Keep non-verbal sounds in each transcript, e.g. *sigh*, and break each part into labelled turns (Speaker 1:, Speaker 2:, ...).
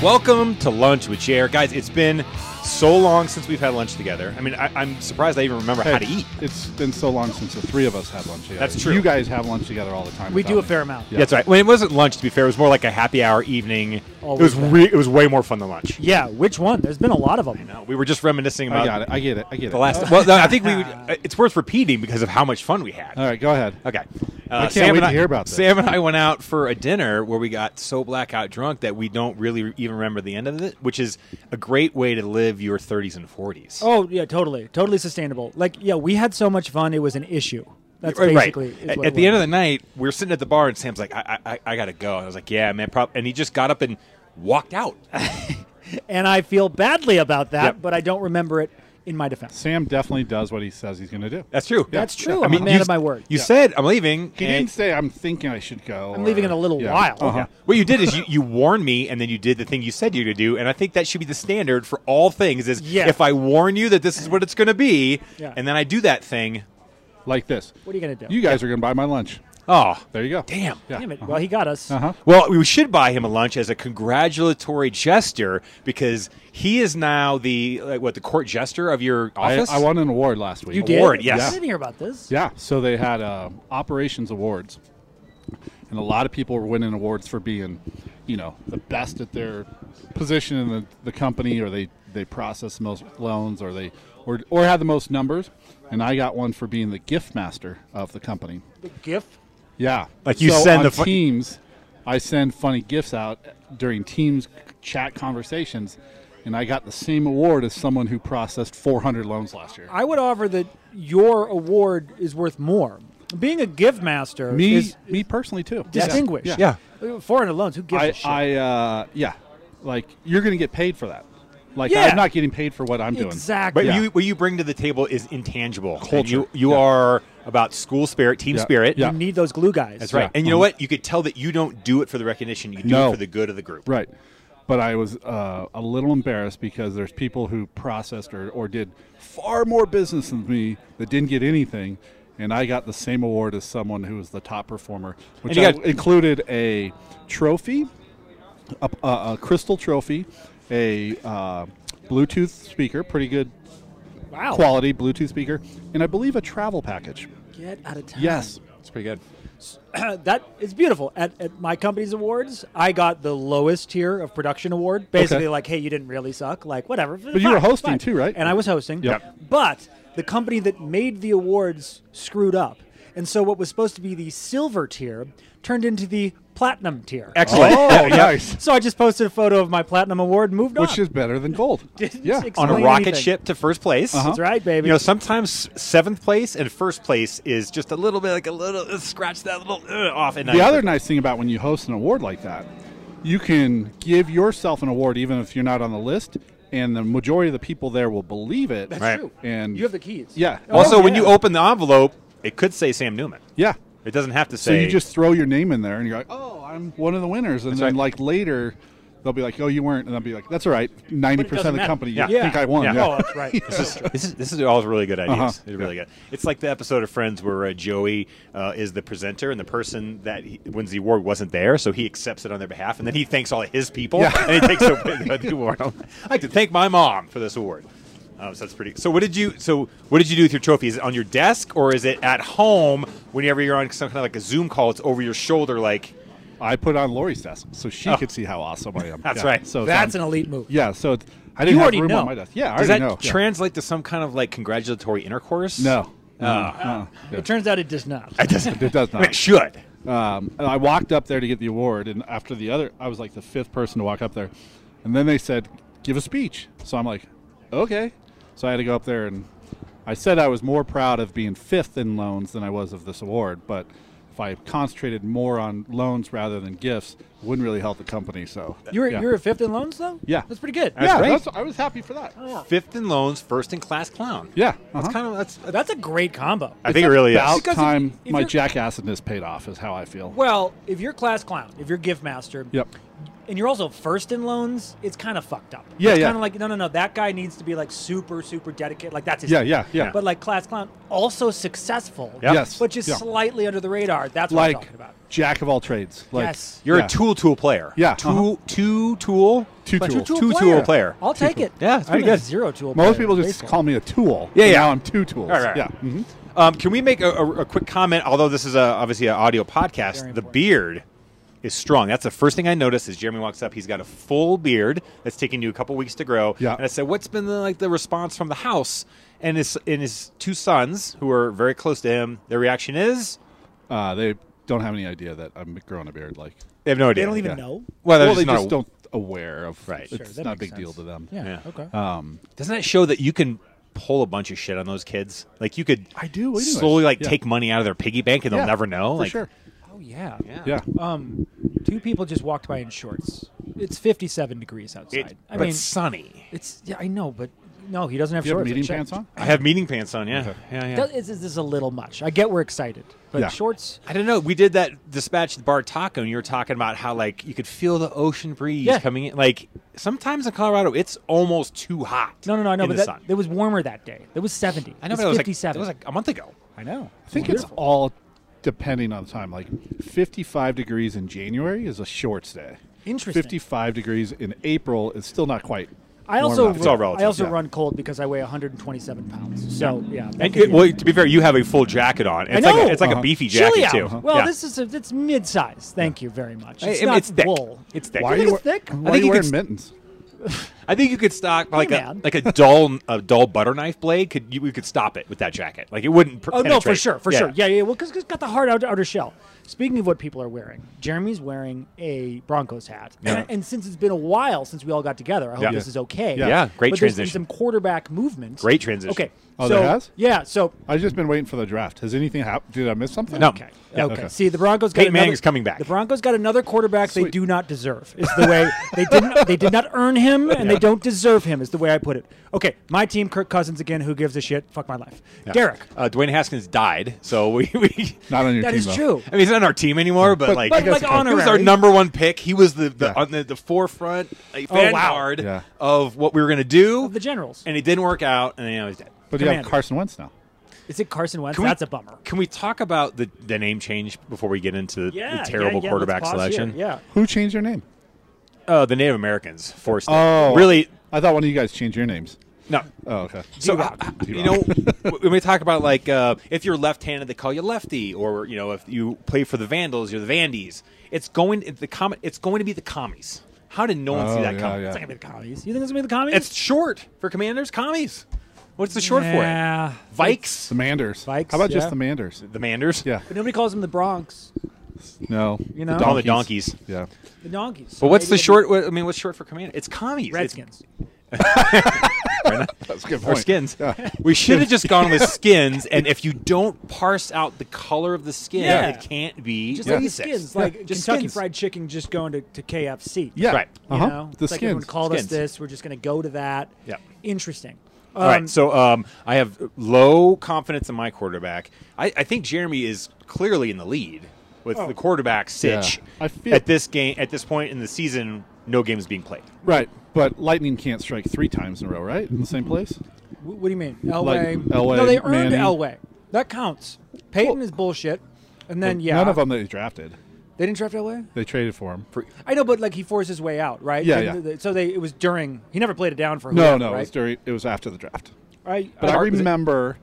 Speaker 1: Welcome to lunch with Chair, guys. It's been so long since we've had lunch together. I mean, I, I'm surprised I even remember how to eat.
Speaker 2: It's been so long since the three of us had lunch together.
Speaker 1: That's true.
Speaker 2: You guys have lunch together all the time.
Speaker 3: We
Speaker 2: without
Speaker 3: do a
Speaker 2: me.
Speaker 3: fair amount.
Speaker 2: Yeah.
Speaker 1: That's right. Well, it wasn't lunch, to be fair. It was more like a happy hour evening.
Speaker 2: Oh,
Speaker 3: Always
Speaker 1: it was
Speaker 3: been.
Speaker 1: re- it was way more fun than lunch.
Speaker 3: Yeah, which one? There's been a lot of them.
Speaker 1: No, we were just reminiscing about
Speaker 2: I got it. Uh, I get it. I get
Speaker 1: the
Speaker 2: it.
Speaker 1: last. *laughs* well, no, I think
Speaker 2: *laughs*
Speaker 1: we. Would, it's worth repeating because of how much fun we had.
Speaker 2: All right, go ahead.
Speaker 1: Okay. Uh,
Speaker 2: can't
Speaker 1: Sam
Speaker 2: wait
Speaker 1: and
Speaker 2: to
Speaker 1: I,
Speaker 2: hear about this.
Speaker 1: Sam and I went out for a dinner where we got so blackout drunk that we don't really re- even remember the end of it, which is a great way to live your 30s and 40s.
Speaker 3: Oh yeah, totally, totally sustainable. Like yeah, we had so much fun. It was an issue. That's
Speaker 1: Right, right.
Speaker 3: basically Is
Speaker 1: At,
Speaker 3: what
Speaker 1: at the end of the night, we were sitting at the bar, and Sam's like, "I, I, I- I gotta go." And I was like, "Yeah, man." Prob-. And he just got up and walked out.
Speaker 3: the and I feel badly about that,
Speaker 1: Yep.
Speaker 3: but I don't remember it in my defense.
Speaker 2: Sam definitely does what he says he's going to
Speaker 3: Uh,
Speaker 2: do.
Speaker 1: That's true.
Speaker 3: *laughs* That's true.
Speaker 1: I
Speaker 3: I'm
Speaker 1: mean,
Speaker 3: a man
Speaker 1: you-
Speaker 3: of my word.
Speaker 1: You said I'm leaving.
Speaker 2: He
Speaker 1: and
Speaker 2: didn't say I'm thinking I should go.
Speaker 3: I'm leaving in a little
Speaker 2: yeah.
Speaker 3: while.
Speaker 2: Uh-huh.
Speaker 1: What you did is you, you warned me, and then you did the thing you said you were to do, and I think that should be the standard for all things. Is
Speaker 3: Yeah.
Speaker 1: if I warn you that this is what it's going to be,
Speaker 3: Yeah.
Speaker 1: and then I do that thing.
Speaker 2: Like this.
Speaker 3: What are you gonna do?
Speaker 2: You guys are going to buy my lunch.
Speaker 1: Oh,
Speaker 2: There you go.
Speaker 1: Damn.
Speaker 2: Yeah.
Speaker 3: Damn it! Well, he got us.
Speaker 2: Uh-huh.
Speaker 1: Well, we should buy him a lunch as a congratulatory gesture because he is now the like, what the court jester of your
Speaker 2: I,
Speaker 1: office.
Speaker 2: I won an award last week.
Speaker 3: You did.
Speaker 1: Award, yes.
Speaker 3: I didn't hear about this.
Speaker 2: Yeah. So they had uh, operations awards, and a lot of people were winning awards for being, you know, the best at their position in the, the company, or they they process the most loans, or they or or had the most numbers. And I got one for being the gift master of the company.
Speaker 3: The gift.
Speaker 2: Yeah.
Speaker 1: Like you
Speaker 2: So
Speaker 1: send
Speaker 2: on
Speaker 1: the fu-
Speaker 2: teams. I send funny gifts out during teams chat conversations, and I got the same award as someone who processed 400 loans last year.
Speaker 3: I would offer that your award is worth more. Being a give master
Speaker 2: me,
Speaker 3: is
Speaker 2: me personally too.
Speaker 3: distinguished.
Speaker 2: Yeah.
Speaker 1: Yeah.
Speaker 3: Foreign loans. Who gives a
Speaker 2: I,
Speaker 3: shit?
Speaker 2: I, uh, yeah, like you're gonna get paid for that. Like
Speaker 3: Yeah.
Speaker 2: I'm not getting paid for what I'm doing.
Speaker 3: exactly.
Speaker 1: but
Speaker 2: Yeah.
Speaker 1: you, what you bring to the table is intangible. And
Speaker 2: Culture.
Speaker 1: You you
Speaker 2: Yeah.
Speaker 1: are about school spirit, team
Speaker 2: Yeah.
Speaker 1: spirit.
Speaker 2: Yeah.
Speaker 3: You need those glue guys.
Speaker 1: That's right.
Speaker 2: Yeah. Mm-hmm.
Speaker 1: And you know what? You could tell that you don't do it for the recognition. You do
Speaker 2: No.
Speaker 1: it for the good of the group.
Speaker 2: Right. But I was uh, a little embarrassed because there's people who processed or, or did far more business than me that didn't get anything, and I got the same award as someone who was the top performer, which
Speaker 1: you
Speaker 2: I-
Speaker 1: got-
Speaker 2: included a trophy, a, a, a crystal trophy, a uh, Bluetooth speaker, pretty good
Speaker 3: Wow.
Speaker 2: quality Bluetooth speaker, and I believe a travel package.
Speaker 3: Get out of town.
Speaker 2: Yes.
Speaker 1: It's pretty good.
Speaker 3: *clears throat* that is beautiful. At, at my company's awards, I got the lowest tier of production award. Basically,
Speaker 2: Okay.
Speaker 3: like, hey, you didn't really suck. Like, whatever. But
Speaker 2: you were hosting too, right?
Speaker 3: And I was hosting.
Speaker 2: Yep.
Speaker 3: But the company that made the awards screwed up. And so what was supposed to be the silver tier turned into the platinum tier. Oh,
Speaker 1: Excellent. Yeah, yeah.
Speaker 3: So I just posted a photo of my platinum award and moved on.
Speaker 2: Oh, Which is better than
Speaker 3: *laughs*
Speaker 2: gold.
Speaker 3: Didn't
Speaker 2: yeah.
Speaker 3: ex-
Speaker 1: On a
Speaker 3: Explain
Speaker 1: rocket
Speaker 3: anything.
Speaker 1: ship to first place.
Speaker 2: Uh-huh.
Speaker 3: That's right, baby.
Speaker 1: You know, sometimes seventh place and first place is just a little bit like a little uh, scratch that little uh, off. And
Speaker 2: The other nice thing about when you host an award like that, you can give yourself an award even if you're not on the list, and the majority of the people there will believe it.
Speaker 1: Right.
Speaker 3: True.
Speaker 2: And
Speaker 3: you have the keys. Oh,
Speaker 2: Yeah.
Speaker 1: also, when
Speaker 3: yeah.
Speaker 1: you open the envelope, it could say Sam Newman.
Speaker 2: Yeah.
Speaker 1: It doesn't have to
Speaker 2: So
Speaker 1: say.
Speaker 2: you just throw your name in there, and you're like, "Oh, I'm one of the winners," and then
Speaker 1: right.
Speaker 2: like later. They'll be like, "Oh, you weren't," and I'll be like, "That's all right. Ninety percent of
Speaker 3: doesn't
Speaker 2: the
Speaker 3: matter.
Speaker 2: company
Speaker 1: Yeah.
Speaker 2: think I won."
Speaker 1: Yeah.
Speaker 3: Oh,
Speaker 2: *laughs*
Speaker 3: that's right.
Speaker 1: This is, this is this is all really good ideas.
Speaker 2: Uh-huh.
Speaker 1: It's really good. It's like the episode of Friends where uh, Joey uh, is the presenter and the person that he, wins the award wasn't there, so he accepts it on their behalf, and then he thanks all of his people
Speaker 2: Yeah.
Speaker 1: and he takes away the, the award. I'd like to thank my mom for this award. Uh, so that's pretty. So what did you? So what did you do with your trophy? Is it on your desk or is it at home? Whenever you're on some kind of like a Zoom call, it's over your shoulder. Like
Speaker 2: I put it on Lori's desk so she could see how awesome I am.
Speaker 1: Oh. *laughs* That's
Speaker 2: Yeah.
Speaker 1: right.
Speaker 2: So it's
Speaker 3: That's
Speaker 2: on-
Speaker 3: an elite move.
Speaker 2: yeah. So it's, I didn't
Speaker 3: You
Speaker 2: have
Speaker 3: already
Speaker 2: room
Speaker 3: know.
Speaker 2: on my desk. Yeah, I
Speaker 1: does that
Speaker 2: already know. Yeah.
Speaker 1: translate to some kind of like congratulatory intercourse?
Speaker 2: No.
Speaker 1: Oh.
Speaker 2: Uh, yeah.
Speaker 3: It turns out it does not.
Speaker 1: it doesn't.
Speaker 2: It does
Speaker 1: I mean,
Speaker 2: not.
Speaker 1: it should.
Speaker 2: Um, and I walked up there to get the award, and after the other, I was like the fifth person to walk up there. And then they said, "Give a speech." So I'm like, "Okay." So I had to go up there, and I said I was more proud of being fifth in loans than I was of this award. But if I concentrated more on loans rather than gifts, it wouldn't really help the company. So
Speaker 3: You were
Speaker 2: yeah.
Speaker 3: you were a fifth in loans though.
Speaker 2: Yeah.
Speaker 3: that's Oh, pretty good.
Speaker 2: yeah,
Speaker 1: great.
Speaker 2: that's, I was happy for that.
Speaker 1: Fifth in loans, first in class clown.
Speaker 2: Yeah,
Speaker 1: That's
Speaker 2: uh-huh.
Speaker 1: kind of that's. that's
Speaker 3: that's a great combo.
Speaker 1: I think it really
Speaker 2: about
Speaker 1: is.
Speaker 3: Because if-
Speaker 2: time
Speaker 3: if
Speaker 2: my
Speaker 3: you're-
Speaker 2: jackassedness paid off is how I feel.
Speaker 3: Well, if you're class clown, if you're gift master,
Speaker 2: Yep.
Speaker 3: and you're also first in loans, it's kind of fucked up.
Speaker 2: Yeah,
Speaker 3: it's
Speaker 2: yeah.
Speaker 3: Kind of like no, no, no. That guy needs to be like super, super dedicated. Like that's his.
Speaker 2: Yeah,
Speaker 3: thing.
Speaker 2: yeah, yeah.
Speaker 3: But like class clown, also successful.
Speaker 1: Yeah.
Speaker 2: Yes.
Speaker 3: Which is
Speaker 2: yeah.
Speaker 3: slightly under the radar. That's what I'm
Speaker 2: like
Speaker 3: talking about.
Speaker 2: jack of all trades. Like,
Speaker 3: Yes.
Speaker 1: You're
Speaker 2: Yeah.
Speaker 1: a tool tool player.
Speaker 2: Yeah,
Speaker 1: Two
Speaker 2: uh-huh.
Speaker 1: two tool
Speaker 2: Two
Speaker 1: Two
Speaker 2: tool.
Speaker 1: tool, player.
Speaker 3: I'll take it.
Speaker 1: Yeah, it's
Speaker 3: I'm
Speaker 1: pretty
Speaker 3: a
Speaker 1: good.
Speaker 3: Zero tool.
Speaker 2: Most
Speaker 3: player
Speaker 2: people
Speaker 3: in
Speaker 2: just
Speaker 3: baseball.
Speaker 2: call me a tool.
Speaker 1: Yeah,
Speaker 2: and
Speaker 1: yeah.
Speaker 2: Now I'm two tools.
Speaker 1: All right,
Speaker 2: Yeah. Mm-hmm.
Speaker 1: all right. Um, can we make a, a, a quick comment? Although this is a, obviously an audio
Speaker 3: Very
Speaker 1: podcast, the
Speaker 3: important.
Speaker 1: beard is strong. That's the first thing I noticed as Jeremy walks up. He's got a full beard that's taking you a couple weeks to grow.
Speaker 2: Yeah.
Speaker 1: And I said, "What's been the, like the response from the house and his and his two sons who are very close to him? Their reaction is
Speaker 2: Uh, they don't have any idea that I'm growing a beard. Like,
Speaker 1: they have no idea.
Speaker 3: They don't even
Speaker 2: Yeah.
Speaker 3: know.
Speaker 1: Well, they're
Speaker 2: well, they
Speaker 1: just not
Speaker 2: just
Speaker 1: a-
Speaker 2: don't aware of.
Speaker 1: Right. Sure,
Speaker 2: It's
Speaker 3: that
Speaker 2: not a
Speaker 3: makes
Speaker 2: big deal
Speaker 3: sense.
Speaker 2: to them.
Speaker 3: Yeah.
Speaker 1: Yeah. Uh,
Speaker 3: Okay.
Speaker 1: Doesn't that show that you can pull a bunch of shit on those kids? Like you could
Speaker 2: I do, anyways.
Speaker 1: slowly like
Speaker 2: Yeah.
Speaker 1: take money out of their piggy bank and they'll
Speaker 2: Yeah,
Speaker 1: never know.
Speaker 2: for
Speaker 1: like
Speaker 2: sure.
Speaker 3: oh yeah.
Speaker 2: Yeah.
Speaker 3: Um, two people just walked by in shorts. It's 57 degrees
Speaker 1: it,
Speaker 3: outside. I
Speaker 1: but
Speaker 3: mean,
Speaker 1: sunny.
Speaker 3: it's yeah, I know, but no, he doesn't have
Speaker 2: Do you
Speaker 3: shorts.
Speaker 2: have meeting
Speaker 3: I checked.
Speaker 2: pants on?
Speaker 1: I have meeting pants on. Yeah, yeah, yeah.
Speaker 3: Does- This is, a little much. I get we're excited, but
Speaker 2: Yeah.
Speaker 3: shorts.
Speaker 1: I don't know. We did that dispatch at the bar taco, and you were talking about how like you could feel the ocean breeze
Speaker 3: Yeah.
Speaker 1: coming in. Like sometimes in Colorado, it's almost too hot.
Speaker 3: No, no, no, I know,
Speaker 1: in
Speaker 3: but
Speaker 1: the
Speaker 3: that,
Speaker 1: sun.
Speaker 3: it was warmer that day. It was 70.
Speaker 1: I know,
Speaker 3: It's
Speaker 1: but it was like
Speaker 3: 57.
Speaker 1: it was like a month ago.
Speaker 3: I know.
Speaker 2: I think it's all depending on the time. Like 55 degrees in January is a shorts day.
Speaker 3: Interesting.
Speaker 2: 55 degrees in April is still not quite.
Speaker 3: I
Speaker 2: warm
Speaker 3: also
Speaker 2: enough.
Speaker 1: It's all relative,
Speaker 3: I also
Speaker 2: yeah.
Speaker 3: run cold because I weigh 127 pounds. So yeah, that
Speaker 1: And
Speaker 3: could
Speaker 1: it,
Speaker 3: be-
Speaker 1: well, to be fair, you have a full jacket on. It's like
Speaker 3: know.
Speaker 1: a, it's like
Speaker 2: Uh-huh.
Speaker 1: a beefy jacket
Speaker 3: chilly
Speaker 1: too.
Speaker 3: out. Well,
Speaker 1: Yeah.
Speaker 3: this is a, it's mid-size. Thank you very much.
Speaker 1: Hey,
Speaker 3: It's
Speaker 1: I mean,
Speaker 3: not
Speaker 1: it's thick.
Speaker 3: wool.
Speaker 1: It's thick.
Speaker 2: Why are
Speaker 3: Look
Speaker 2: you,
Speaker 3: at his thick.
Speaker 2: why
Speaker 1: I
Speaker 2: are
Speaker 1: think
Speaker 2: you
Speaker 1: you could
Speaker 2: wearing
Speaker 1: s-
Speaker 2: mittens?
Speaker 1: I think you could stock like a
Speaker 3: man.
Speaker 1: like a dull *laughs* a dull butter knife blade. Could you, we could stop it with that jacket? Like it wouldn't. Pr-
Speaker 3: Oh no, for
Speaker 1: penetrate.
Speaker 3: sure, for sure. Yeah, yeah. Well, because it's got the hard outer, outer shell. Speaking of what people are wearing, Jeremy's wearing a Broncos hat,
Speaker 1: Yeah.
Speaker 3: and, and since it's been a while since we all got together, I hope
Speaker 1: Yeah.
Speaker 3: this is okay.
Speaker 2: Yeah.
Speaker 1: Yeah, great
Speaker 3: but there's been
Speaker 1: transition.
Speaker 3: some quarterback movement.
Speaker 1: Great transition.
Speaker 3: Okay.
Speaker 2: Oh,
Speaker 3: so,
Speaker 2: there has?
Speaker 3: Yeah. So
Speaker 2: I've just been waiting for the draft. Has anything happened? Did I miss something?
Speaker 1: No.
Speaker 3: Okay.
Speaker 1: Yeah.
Speaker 3: okay.
Speaker 2: Okay.
Speaker 3: See, the Broncos got
Speaker 1: Peyton
Speaker 3: another,
Speaker 1: Manning's coming back.
Speaker 3: The Broncos got another quarterback they
Speaker 2: Sweet.
Speaker 3: do not deserve. Is the way
Speaker 2: *laughs*
Speaker 3: they didn't they did not earn him and they don't deserve him is the way I put it. Okay, my team, Kirk Cousins again. Who gives a shit? Fuck my life. Derek.
Speaker 1: Uh, Dwayne Haskins died, so we, *laughs* we
Speaker 2: Not on your
Speaker 3: That
Speaker 2: team.
Speaker 3: is
Speaker 2: though.
Speaker 3: true.
Speaker 1: I mean, he's not on our team anymore, but,
Speaker 2: But-
Speaker 1: like,
Speaker 2: but,
Speaker 1: he was
Speaker 2: like,
Speaker 1: our
Speaker 3: honorary.
Speaker 1: number one pick. He was the the,
Speaker 2: Yeah.
Speaker 1: on the, the forefront, like,
Speaker 3: Oh, wow.
Speaker 1: vanguard
Speaker 2: Yeah.
Speaker 1: of what we were going to do,
Speaker 3: Of the Generals.
Speaker 1: and it didn't work out, and now he's dead.
Speaker 2: But you have
Speaker 3: Commander.
Speaker 2: Carson Wentz now.
Speaker 3: Is it Carson Wentz?
Speaker 1: Can we-
Speaker 3: That's a bummer.
Speaker 1: Can we talk about the, the name change before we get into
Speaker 3: Yeah.
Speaker 1: the
Speaker 3: yeah,
Speaker 1: terrible
Speaker 3: yeah,
Speaker 1: quarterback
Speaker 3: let's pause here.
Speaker 1: selection?
Speaker 3: Yeah.
Speaker 2: Who changed their name?
Speaker 1: Uh, the Native Americans forced it.
Speaker 2: Oh.
Speaker 1: really?
Speaker 2: I thought one of you guys changed your names.
Speaker 1: No.
Speaker 2: Oh, okay.
Speaker 1: So
Speaker 3: D-Rock.
Speaker 1: uh, uh, you know
Speaker 2: D-Rock.
Speaker 1: *laughs* w- when we talk about like uh, if you're left-handed, they call you lefty, or you know if you play for the Vandals, you're the Vandies. It's going it's the com- It's going to be the commies. How did no one see
Speaker 2: Oh,
Speaker 1: that
Speaker 2: yeah,
Speaker 1: coming?
Speaker 2: yeah.
Speaker 3: It's not gonna be the commies. You think it's gonna be the commies?
Speaker 1: It's short for commanders, commies. What's the short
Speaker 3: Yeah.
Speaker 1: for it? Vikes,
Speaker 2: the Manders.
Speaker 3: Vikes,
Speaker 2: How about
Speaker 3: yeah.
Speaker 2: just the Manders?
Speaker 1: the Manders.
Speaker 2: Yeah.
Speaker 3: But nobody calls them the Bronx.
Speaker 2: No.
Speaker 3: You know?
Speaker 2: The
Speaker 1: All the donkeys.
Speaker 2: Yeah.
Speaker 3: The donkeys.
Speaker 1: But what's the
Speaker 3: Maybe they'll
Speaker 1: short? What, I mean, what's short for commander? It's commies.
Speaker 3: be
Speaker 1: It's-
Speaker 3: Redskins.
Speaker 2: That's a good
Speaker 1: or
Speaker 2: point.
Speaker 1: skins.
Speaker 2: Yeah.
Speaker 1: *laughs* We should have just gone
Speaker 2: *laughs*
Speaker 1: with skins. And if you don't parse out the color of the skin,
Speaker 3: Yeah.
Speaker 1: it can't be
Speaker 3: Just
Speaker 1: racist.
Speaker 3: like these skins,
Speaker 2: Yeah.
Speaker 3: like
Speaker 1: Just
Speaker 3: Kentucky
Speaker 1: skins.
Speaker 3: Fried Chicken, just going to, to KFC.
Speaker 2: Yeah.
Speaker 1: Right.
Speaker 3: You
Speaker 2: Uh-huh.
Speaker 3: know,
Speaker 2: The
Speaker 3: it's like everyone
Speaker 2: skins.
Speaker 3: called us
Speaker 1: Skins.
Speaker 3: this. We're just going to go to that.
Speaker 1: Yeah.
Speaker 3: Interesting. Um,
Speaker 1: All right, so um, I have low confidence in my quarterback. I, I think Jeremy is clearly in the lead with
Speaker 3: Oh.
Speaker 1: the quarterback sitch
Speaker 2: Yeah. I feel-
Speaker 1: at this game at this point in the season. No game is being played.
Speaker 2: Right. But lightning can't strike three times in a row, right? In the same place?
Speaker 3: wh- what do you mean? Elway.
Speaker 2: Elway,
Speaker 3: No, they earned
Speaker 2: Manning.
Speaker 3: Elway. That counts. Peyton is bullshit. And then, yeah.
Speaker 2: None of them they drafted.
Speaker 3: They didn't draft Elway?
Speaker 2: They traded for him.
Speaker 3: I know, but like he forced his way out, right?
Speaker 2: Yeah,
Speaker 3: And
Speaker 2: yeah.
Speaker 3: th- th- so they it was during. He never played it down for.
Speaker 2: no,
Speaker 3: whoever,
Speaker 2: no. It
Speaker 3: right?
Speaker 2: was during it was after the draft.
Speaker 3: I,
Speaker 2: But
Speaker 3: I-
Speaker 2: I remember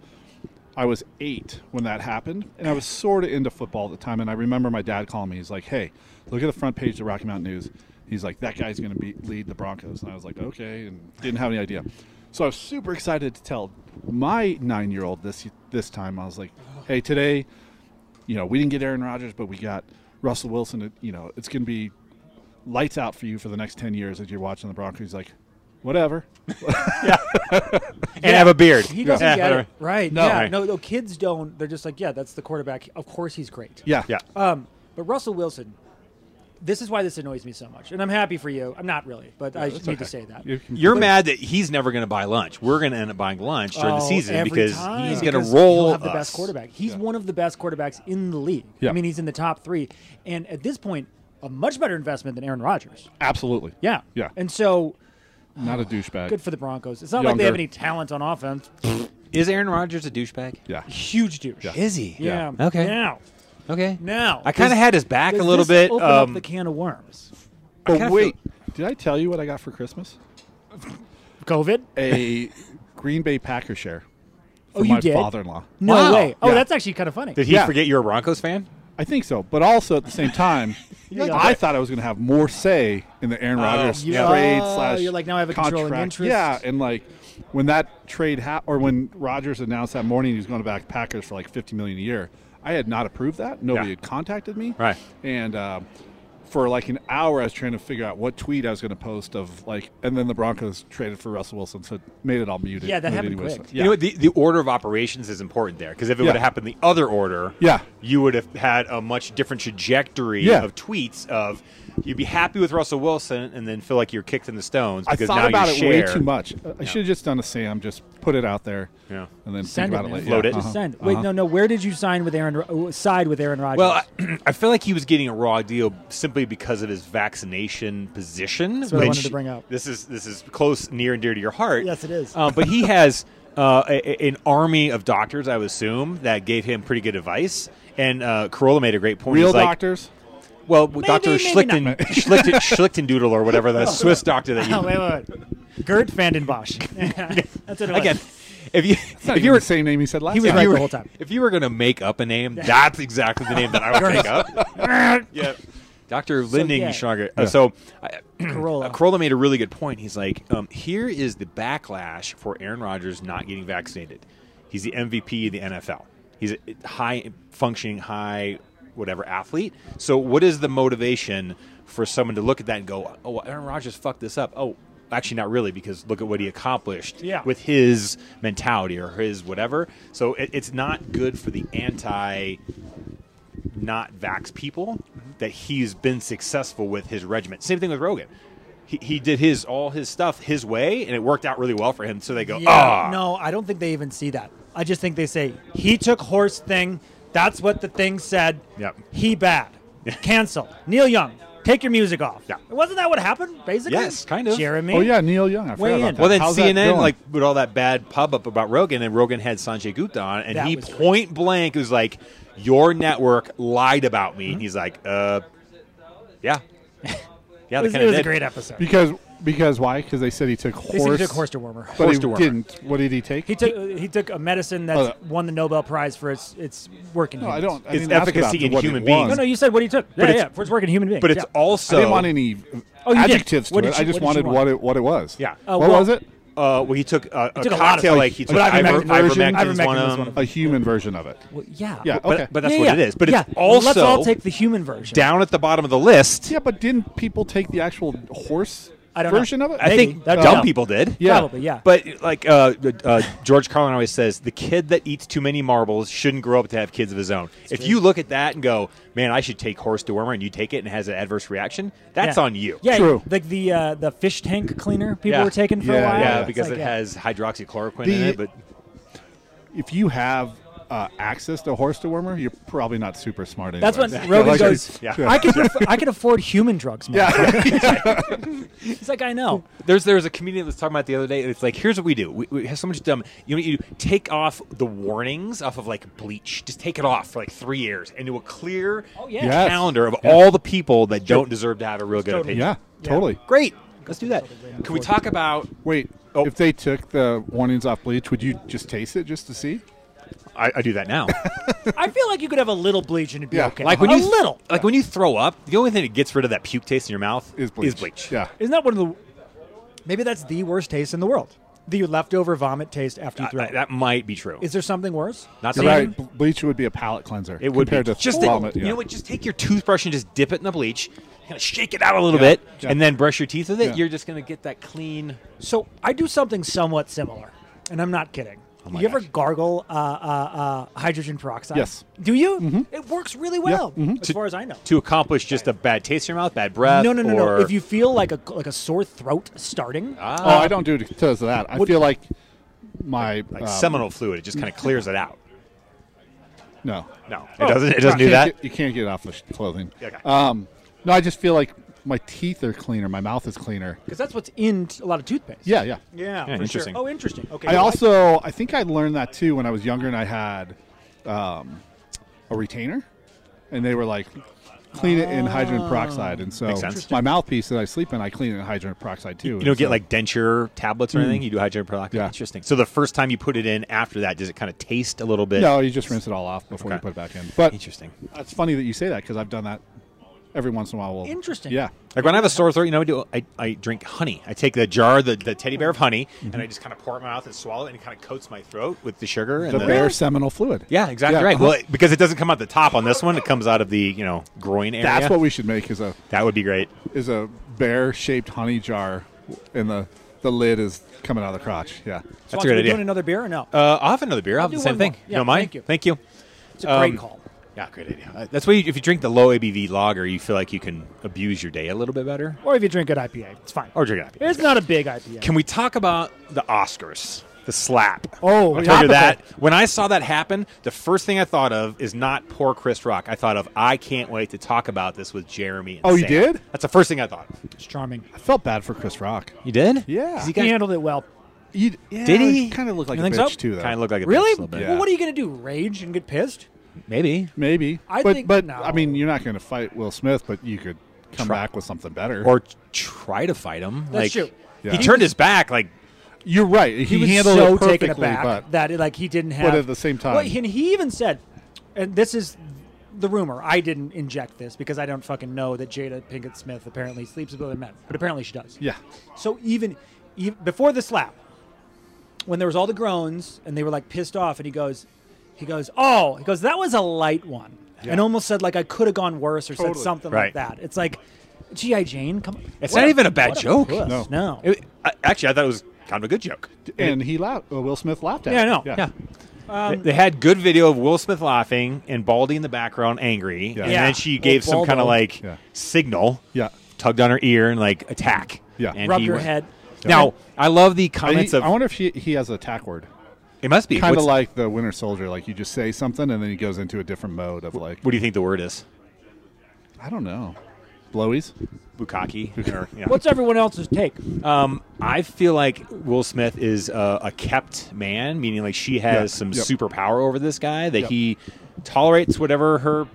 Speaker 2: I was eight when that happened, and I was sort of into football at the time. And I remember my dad calling me. He's like, "Hey, look at the front page of the Rocky Mountain News." He's like, "That guy's going to be lead the Broncos," and I was like, "Okay," and didn't have any idea. So I was super excited to tell my nine-year-old this this time. I was like, "Hey, today, you know, we didn't get Aaron Rodgers, but we got Russell Wilson. It- You know, it's going to be lights out for you for the next ten years as you're watching the Broncos." He's like, "Whatever."
Speaker 1: And have a beard.
Speaker 3: He doesn't
Speaker 1: Yeah,
Speaker 3: get
Speaker 1: whatever.
Speaker 3: it.
Speaker 1: *laughs*
Speaker 3: Right.
Speaker 2: No.
Speaker 3: Yeah.
Speaker 1: Right.
Speaker 3: No, no, kids don't. They're just like, yeah, that's the quarterback. Of course he's great.
Speaker 2: Yeah,
Speaker 1: Yeah.
Speaker 3: Um, but Russell Wilson, this is why this annoys me so much. And I'm happy for you. I'm not really, but I just need to say that.
Speaker 2: You can-
Speaker 1: You're mad that he's never going to buy lunch. We're going to end up buying lunch during the
Speaker 3: Oh,
Speaker 1: season
Speaker 3: every
Speaker 1: because
Speaker 3: time,
Speaker 1: he's going to
Speaker 3: because
Speaker 1: roll
Speaker 3: He'll have the
Speaker 1: us.
Speaker 3: best quarterback. He's one of the best quarterbacks in the league.
Speaker 2: Yeah.
Speaker 3: I mean, he's in the top three. And at this point, a much better investment than Aaron Rodgers.
Speaker 2: Absolutely.
Speaker 3: Yeah.
Speaker 2: Yeah.
Speaker 3: And so
Speaker 2: Not a douchebag.
Speaker 3: good for the Broncos. It's not like they
Speaker 2: Younger.
Speaker 3: have any talent on offense.
Speaker 1: Is Aaron Rodgers a douchebag?
Speaker 2: yeah.
Speaker 3: Huge douche.
Speaker 1: Is he?
Speaker 3: Yeah.
Speaker 1: Yeah. Okay.
Speaker 3: Now,
Speaker 1: Okay.
Speaker 3: now.
Speaker 1: I kind of
Speaker 3: does-
Speaker 1: had his back a
Speaker 3: does
Speaker 1: little
Speaker 3: this
Speaker 1: bit.
Speaker 3: Open
Speaker 1: um,
Speaker 3: up the can of worms.
Speaker 1: kinda
Speaker 2: But
Speaker 1: feel-
Speaker 2: wait, did I tell you what I got for Christmas?
Speaker 3: COVID. *laughs*
Speaker 2: A Green Bay Packer share.
Speaker 3: Oh,
Speaker 2: from
Speaker 3: you
Speaker 2: my
Speaker 3: did?
Speaker 2: father-in-law.
Speaker 3: No
Speaker 1: Wow.
Speaker 3: way. Oh,
Speaker 2: Yeah.
Speaker 3: that's actually kind of funny.
Speaker 1: Did he
Speaker 2: Yeah.
Speaker 1: forget you're a Broncos fan?
Speaker 2: I think so, but also at the same time,
Speaker 3: *laughs* Yeah.
Speaker 2: I thought I was going to have more say in the
Speaker 1: Oh,
Speaker 2: Aaron Rodgers
Speaker 3: you- Yeah.
Speaker 2: trade
Speaker 3: Oh,
Speaker 2: slash.
Speaker 3: you're like, now I have a controlling
Speaker 2: contract.
Speaker 3: interest.
Speaker 2: Yeah, and like when that trade ha- or when Rodgers announced that morning he was going to back Packers for like 50 million a year, I had not approved that. Nobody
Speaker 1: Yeah.
Speaker 2: had contacted me.
Speaker 1: Right.
Speaker 2: and. Uh, for like an hour, I was trying to figure out what tweet I was going to post of like, and then the Broncos traded for Russell Wilson, so it made it all muted.
Speaker 3: Yeah, that
Speaker 2: But
Speaker 3: happened
Speaker 2: anyways,
Speaker 3: quick.
Speaker 2: Yeah.
Speaker 1: You know what? The, the order of operations is important there because if it
Speaker 2: Yeah.
Speaker 1: would have happened the other order,
Speaker 2: Yeah.
Speaker 1: you would have had a much different trajectory
Speaker 2: Yeah.
Speaker 1: of tweets of you'd be happy with Russell Wilson and then feel like you're kicked in the stones
Speaker 2: I
Speaker 1: because
Speaker 2: thought
Speaker 1: now
Speaker 2: about
Speaker 1: you
Speaker 2: it
Speaker 1: share.
Speaker 2: way too much. I should have just done a Sam, just put it out there,
Speaker 1: Yeah.
Speaker 2: and then
Speaker 3: Send
Speaker 2: think
Speaker 3: it,
Speaker 2: about it
Speaker 3: man.
Speaker 2: later.
Speaker 1: Float
Speaker 2: Yeah,
Speaker 1: it.
Speaker 2: uh-huh.
Speaker 3: Just send. Wait, no, no. Where did you sign with Aaron? Ro- Side with Aaron Rodgers?
Speaker 1: Well, I, I *clears throat* feel like he was getting a raw deal simply because of his vaccination position.
Speaker 3: what I
Speaker 1: which-
Speaker 3: wanted to bring up.
Speaker 1: This is this is close, near and dear to your heart.
Speaker 3: Yes, it is.
Speaker 1: Uh, but he
Speaker 3: *laughs*
Speaker 1: has uh, a, a- an army of doctors, I would assume, that gave him pretty good advice. And uh, Corolla made a great point.
Speaker 2: Real
Speaker 1: He's like,
Speaker 2: doctors.
Speaker 1: Well, with Dr.
Speaker 3: maybe
Speaker 1: Schlichten,
Speaker 3: *laughs* not.
Speaker 1: Schlichten, Schlichtendoodle or whatever, the Swiss doctor that
Speaker 3: *laughs* oh,
Speaker 1: you.
Speaker 3: *laughs* wait, wait, wait. Gert van den
Speaker 1: *laughs*
Speaker 3: Bosch. *laughs* that's what it was.
Speaker 1: Again, if you,
Speaker 2: If
Speaker 1: if you were.
Speaker 2: the same name he said last
Speaker 3: He was
Speaker 2: time.
Speaker 1: if
Speaker 3: right
Speaker 1: you
Speaker 3: the
Speaker 1: were-
Speaker 3: whole time.
Speaker 1: If you were going to make up a name, that's exactly the name that I would make up.
Speaker 3: *laughs*
Speaker 1: yeah. Dr. Linding Schrager. Uh,
Speaker 2: Yeah.
Speaker 1: so I, *laughs*
Speaker 3: Corolla.
Speaker 1: uh, Corolla made a really good point. He's like, um, here is the backlash for Aaron Rodgers not getting vaccinated. He's the MVP of the NFL. He's a high functioning, high whatever athlete. So what is the motivation for someone to look at that and go, oh, well, Aaron Rodgers fucked this up. Oh, actually not really because look at what he accomplished
Speaker 3: Yeah.
Speaker 1: with his mentality or his whatever. So it, it's not good for the anti not vax people that he's been successful with his regiment. Same thing with Rogan. He, he did his all his stuff his way, and it worked out really well for him. So they go,
Speaker 3: Yeah,
Speaker 1: ah,
Speaker 3: No, I don't think they even see that. I just think they say he took horse thing. That's what the thing said.
Speaker 1: Yep.
Speaker 2: *laughs*
Speaker 3: He bad. Cancel. Neil Young, take your music off.
Speaker 1: Yeah.
Speaker 3: Wasn't that what happened? Basically.
Speaker 1: Yes, kind of.
Speaker 3: Jeremy.
Speaker 2: Oh yeah, Neil Young. I forgot
Speaker 3: Weigh
Speaker 2: about
Speaker 3: in.
Speaker 2: that.
Speaker 1: Well, then
Speaker 2: How's that
Speaker 1: CNN
Speaker 2: going?
Speaker 1: like put all that bad pub up about Rogan, and Rogan had Sanjay Gupta on, and
Speaker 3: That
Speaker 1: he
Speaker 3: was great.
Speaker 1: point blank was like, "Your network lied about me." And he's like, "Uh,
Speaker 3: *laughs*
Speaker 1: yeah, yeah."
Speaker 3: Mm-hmm. It
Speaker 1: They
Speaker 3: was,
Speaker 1: kind
Speaker 3: it
Speaker 1: of
Speaker 3: was a
Speaker 1: did.
Speaker 3: great episode.
Speaker 2: because because why? Because they said he took
Speaker 3: They said
Speaker 2: horse.
Speaker 3: he took horse dewormer.
Speaker 2: but
Speaker 1: horse
Speaker 2: he
Speaker 1: dewormer.
Speaker 2: didn't. What did he take?
Speaker 3: He took he took a medicine that
Speaker 2: Oh,
Speaker 3: won the Nobel Prize for its its work in
Speaker 2: no, I
Speaker 3: humans.
Speaker 2: don't. I
Speaker 1: It's
Speaker 2: didn't ask
Speaker 1: efficacy
Speaker 2: about
Speaker 1: in
Speaker 2: what
Speaker 1: human
Speaker 2: it
Speaker 1: beings.
Speaker 2: was.
Speaker 3: No, no, you said what he took. Yeah,
Speaker 1: it's-
Speaker 3: yeah, for its work in human beings.
Speaker 1: But it's
Speaker 3: yeah.
Speaker 1: also
Speaker 2: I didn't want any
Speaker 3: Oh, you did.
Speaker 2: adjectives
Speaker 3: What
Speaker 2: to
Speaker 3: did
Speaker 2: it.
Speaker 3: you-
Speaker 2: I just
Speaker 3: what
Speaker 2: wanted
Speaker 3: did you want?
Speaker 2: what it what it was.
Speaker 1: Yeah.
Speaker 3: Uh,
Speaker 2: what
Speaker 3: well-
Speaker 2: was it?
Speaker 1: Uh, well, he took uh, a
Speaker 3: took a lot of
Speaker 1: cocktail
Speaker 3: stuff.
Speaker 1: like he
Speaker 3: He
Speaker 1: took
Speaker 3: took
Speaker 1: iver-
Speaker 3: ivermectin version?
Speaker 1: ivermectin's
Speaker 3: Ivermectin
Speaker 1: one
Speaker 3: was
Speaker 1: of
Speaker 3: one
Speaker 1: them.
Speaker 3: of
Speaker 2: A human version of it.
Speaker 3: Well, yeah.
Speaker 2: Yeah,
Speaker 1: But,
Speaker 2: Okay.
Speaker 1: but that's
Speaker 3: Yeah,
Speaker 1: what
Speaker 3: yeah.
Speaker 1: it is. But
Speaker 3: yeah.
Speaker 1: it's
Speaker 3: Well,
Speaker 1: also
Speaker 3: let's all take the human version.
Speaker 1: down at the bottom of the list.
Speaker 2: Yeah, but didn't people take the actual horse
Speaker 3: I don't know.
Speaker 2: version of it?
Speaker 1: I think
Speaker 3: That'd be
Speaker 1: dumb
Speaker 3: dumb.
Speaker 1: people did.
Speaker 2: Yeah.
Speaker 3: Probably, yeah.
Speaker 1: But like uh, uh, George Carlin always says, the kid that eats too many marbles shouldn't grow up to have kids of his own. if you look at that and go, "Man, I should take horse dewormer," and you take it and it has an adverse reaction, that's
Speaker 3: Yeah.
Speaker 1: on you.
Speaker 3: Yeah,
Speaker 2: True.
Speaker 3: like the uh, the fish tank cleaner people
Speaker 1: Yeah.
Speaker 3: were taking for a
Speaker 2: Yeah,
Speaker 3: while.
Speaker 1: Yeah,
Speaker 2: It's
Speaker 1: because
Speaker 3: like,
Speaker 1: it
Speaker 3: yeah.
Speaker 1: has hydroxychloroquine in
Speaker 2: The-
Speaker 1: it. But
Speaker 2: if you have uh, access to horse dewormer, you're probably not super smart. Anyway.
Speaker 3: That's
Speaker 2: *laughs*
Speaker 3: when Rogan
Speaker 2: Like,
Speaker 3: goes.
Speaker 1: *laughs* Yeah.
Speaker 3: I could pref- I could afford human drugs. *laughs* Man.
Speaker 2: Yeah.
Speaker 1: *laughs*
Speaker 3: He's like, I know.
Speaker 1: There's there was a comedian that was talking about it the other day. It's like here's what we do. We, we have so much dumb. You know, what you do? take off the warnings off of like bleach. Just take it off for like three years, and it will clear
Speaker 3: Oh, yeah.
Speaker 1: the
Speaker 2: Yes.
Speaker 1: calendar of
Speaker 2: Yeah.
Speaker 1: all the people that don't deserve to have a real good
Speaker 3: Totally.
Speaker 1: opinion.
Speaker 2: yeah,
Speaker 3: Yeah.
Speaker 2: totally.
Speaker 1: Great. Let's do that. Can we talk about?
Speaker 2: Wait,
Speaker 1: Oh.
Speaker 2: if they took the warnings off bleach, would you just taste it just to see?
Speaker 1: I, I do that *laughs* now.
Speaker 3: I feel like you could have a little bleach and it'd be
Speaker 2: Yeah.
Speaker 3: okay.
Speaker 1: like when
Speaker 3: a
Speaker 1: you
Speaker 3: little.
Speaker 1: like when you throw up, the only thing that gets rid of that puke taste in your mouth
Speaker 2: Is bleach?
Speaker 1: Is bleach.
Speaker 2: Yeah.
Speaker 3: Isn't that one of the? Maybe that's the worst taste in the world. The leftover vomit taste after you
Speaker 1: I-
Speaker 3: throw.
Speaker 1: Uh, I-
Speaker 3: up.
Speaker 1: that might be true.
Speaker 3: Is there something worse?
Speaker 1: Not
Speaker 2: You're
Speaker 1: Yeah.
Speaker 2: right. b- Bleach would be a palate cleanser.
Speaker 1: It would be
Speaker 2: compared to
Speaker 1: just
Speaker 2: vomit.
Speaker 1: you
Speaker 2: yeah.
Speaker 1: know what? Just take your toothbrush and just dip it in the bleach, kind of shake it out a little
Speaker 2: Yeah.
Speaker 1: bit,
Speaker 2: Yeah.
Speaker 1: and then brush your teeth with it.
Speaker 2: Yeah.
Speaker 1: You're just gonna get that clean.
Speaker 3: So I do something somewhat similar, and I'm not kidding.
Speaker 1: Oh my
Speaker 3: you ever
Speaker 1: gosh.
Speaker 3: gargle uh, uh, uh, hydrogen peroxide?
Speaker 2: Yes.
Speaker 3: Do you? It works really well, as far as I know.
Speaker 1: Mm-hmm. to accomplish just a bad taste in your mouth, bad breath.
Speaker 3: No, no, no, no.
Speaker 1: or- Ah.
Speaker 3: If you feel like a like a sore throat starting,
Speaker 2: Oh, I don't do it because of that. I
Speaker 3: Would-
Speaker 2: feel like my
Speaker 1: like
Speaker 2: um,
Speaker 1: seminal fluid, it just kind of clears it out.
Speaker 2: No,
Speaker 1: No, it doesn't. It doesn't
Speaker 2: You
Speaker 1: do that.
Speaker 2: can't get- Oh, you can't get it off the sh- clothing.
Speaker 1: Okay.
Speaker 2: Um, No, I just feel like my teeth are cleaner. My mouth is cleaner.
Speaker 3: because that's what's in t- a lot of toothpaste.
Speaker 2: Yeah, yeah.
Speaker 3: yeah, for
Speaker 1: interesting.
Speaker 3: sure. Oh, interesting. Okay,
Speaker 2: I
Speaker 3: well,
Speaker 2: also, I think I learned that too when I was younger and I had um, a retainer, and they were like, clean it in hydrogen peroxide. And so
Speaker 1: Makes sense.
Speaker 2: my mouthpiece that I sleep in, I clean it in hydrogen peroxide too.
Speaker 1: You don't get like denture tablets or anything. You do hydrogen peroxide.
Speaker 2: Hmm. Yeah.
Speaker 1: Interesting. So the first time you put it in, after that, does it kind of taste a little bit?
Speaker 2: No, you just rinse it all off before you
Speaker 1: Okay.
Speaker 2: put it back in. But
Speaker 1: Interesting.
Speaker 2: it's funny that you say that because I've done that every once in a while. We'll-
Speaker 3: Interesting.
Speaker 2: Yeah.
Speaker 1: Like when I have a sore throat, you know, I do. I, I drink honey. I take the jar, the, the teddy bear of honey, and I just kind of pour it in my mouth and swallow it, and it kind of coats my throat with the sugar. And
Speaker 2: The
Speaker 1: the-
Speaker 2: bare seminal fluid.
Speaker 1: Yeah, exactly
Speaker 2: Yeah,
Speaker 1: right.
Speaker 2: uh-huh.
Speaker 1: Well, it- because it doesn't come out the top on this one; it comes out of the you know groin area.
Speaker 2: That's what we should make is a
Speaker 1: that would be great.
Speaker 2: is a bear shaped honey jar, and the the lid is coming out of the crotch. Yeah.
Speaker 1: That's a
Speaker 3: Swanson,
Speaker 1: good
Speaker 3: we
Speaker 1: idea.
Speaker 3: Doing another beer or no?
Speaker 1: Uh, I'll have another beer. I'll have
Speaker 3: do
Speaker 1: the same
Speaker 3: one more.
Speaker 1: thing.
Speaker 3: Yeah,
Speaker 1: no, mine.
Speaker 3: thank you.
Speaker 1: Thank you.
Speaker 3: it's a great
Speaker 1: um,
Speaker 3: call.
Speaker 1: Yeah, great idea. Uh, That's why you, if you drink the low ABV lager, you feel like you can abuse your day a little bit better.
Speaker 3: Or if you drink good IPA, it's fine.
Speaker 1: Or drink it.
Speaker 3: it's not a big IPA.
Speaker 1: Can we talk about the Oscars? The slap.
Speaker 3: Oh,
Speaker 1: I'll tell you
Speaker 3: topical.
Speaker 1: that. When I saw that happen, the first thing I thought of is not poor Chris Rock. I thought of I can't wait to talk about this with Jeremy. And
Speaker 2: Oh, you
Speaker 1: Sam."
Speaker 2: did?
Speaker 1: That's the first thing I thought. of.
Speaker 3: it's charming.
Speaker 2: I felt bad for Chris Rock.
Speaker 1: You did?
Speaker 2: Yeah.
Speaker 1: 'Cause He
Speaker 3: He
Speaker 1: kind of
Speaker 3: handled it well.
Speaker 1: Did he?
Speaker 2: Kind of looked like
Speaker 3: You
Speaker 2: a
Speaker 3: think
Speaker 2: bitch
Speaker 3: so?
Speaker 2: too, though.
Speaker 1: looked like a bitch
Speaker 3: Really?
Speaker 1: a little bit.
Speaker 2: Yeah.
Speaker 3: Well, what are you going to do? Rage and get pissed?
Speaker 1: Maybe.
Speaker 2: Maybe.
Speaker 3: I
Speaker 2: but
Speaker 3: think-
Speaker 2: but
Speaker 3: no.
Speaker 2: I mean, you're not going to fight Will Smith, but you could come
Speaker 1: Try-
Speaker 2: back with something better.
Speaker 1: Or t- try to fight him. like,
Speaker 3: true.
Speaker 2: Yeah.
Speaker 1: He turned his back. Like
Speaker 2: you're right. He,
Speaker 3: he was
Speaker 2: handled
Speaker 3: so
Speaker 2: it perfectly,
Speaker 3: taken aback
Speaker 2: but
Speaker 3: that it, like he didn't have.
Speaker 2: at the same time-
Speaker 3: Well, and he even said, and this is the rumor. I didn't inject this because I don't fucking know that Jada Pinkett Smith apparently sleeps with other men, but apparently she does.
Speaker 2: yeah.
Speaker 3: So even, even before the slap, when there was all the groans and they were like pissed off, and he goes, he goes, oh, he goes, that was a light one, and almost said like I could have gone worse or said
Speaker 2: Totally.
Speaker 3: something
Speaker 1: Right.
Speaker 3: like that. It's like, G.I. Jane, come. on.
Speaker 1: it's
Speaker 3: What
Speaker 1: not even a bad
Speaker 3: what
Speaker 1: joke.
Speaker 3: puss.
Speaker 2: No.
Speaker 3: no.
Speaker 1: It- I- actually, I thought it was kind of a good joke.
Speaker 2: And he laughed. Will Smith laughed at.
Speaker 3: Yeah, I
Speaker 2: it.
Speaker 3: know.
Speaker 1: Yeah.
Speaker 2: Um,
Speaker 1: They- they had good video of Will Smith laughing and Baldy in the background angry, and
Speaker 2: Yeah.
Speaker 1: then she gave some
Speaker 3: Baldo.
Speaker 1: kind of like
Speaker 2: Yeah.
Speaker 1: signal,
Speaker 2: Yeah.
Speaker 1: tugged on her ear and like attack.
Speaker 2: Yeah.
Speaker 1: and
Speaker 3: Rub
Speaker 1: he
Speaker 3: your
Speaker 1: went-
Speaker 3: head.
Speaker 1: Now I love the
Speaker 2: I,
Speaker 1: comments of
Speaker 2: I wonder if he, he has a tack word,
Speaker 1: it must be
Speaker 2: kind of
Speaker 1: What's-
Speaker 2: like the Winter Soldier. Like you just say something, and then he goes into a different mode of like,
Speaker 1: What do you think the word is?
Speaker 2: I don't know, blowies. *laughs*
Speaker 1: Bukaki. or, yeah.
Speaker 3: What's everyone else's take?
Speaker 1: Um, I feel like Will Smith is uh, a kept man, meaning like she has
Speaker 2: Yeah.
Speaker 1: some
Speaker 2: Yep.
Speaker 1: superpower over this guy that
Speaker 2: Yep.
Speaker 1: he tolerates whatever her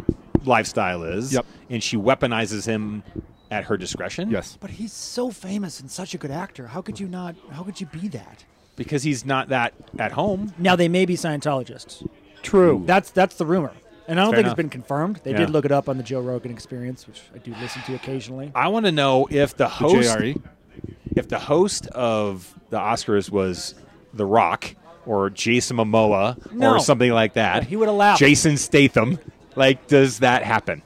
Speaker 1: lifestyle is,
Speaker 2: Yep.
Speaker 1: and she weaponizes him at her discretion.
Speaker 2: Yes.
Speaker 3: But he's so famous and such a good actor. How could you not? How could you be that?
Speaker 1: because he's not that at home.
Speaker 3: Now they may be Scientologists.
Speaker 2: True.
Speaker 3: That's that's the rumor, and I don't
Speaker 1: Fair
Speaker 3: think
Speaker 1: enough.
Speaker 3: it's been confirmed. They
Speaker 1: Yeah.
Speaker 3: did look it up on the Joe Rogan Experience, which I do listen to occasionally.
Speaker 1: I want to know if the host,
Speaker 3: E.
Speaker 2: JRE.
Speaker 1: if the host of the Oscars was The Rock or Jason Momoa
Speaker 3: No.
Speaker 1: or something like that,
Speaker 3: He would've laughed.
Speaker 1: Jason Statham. Like, does that happen?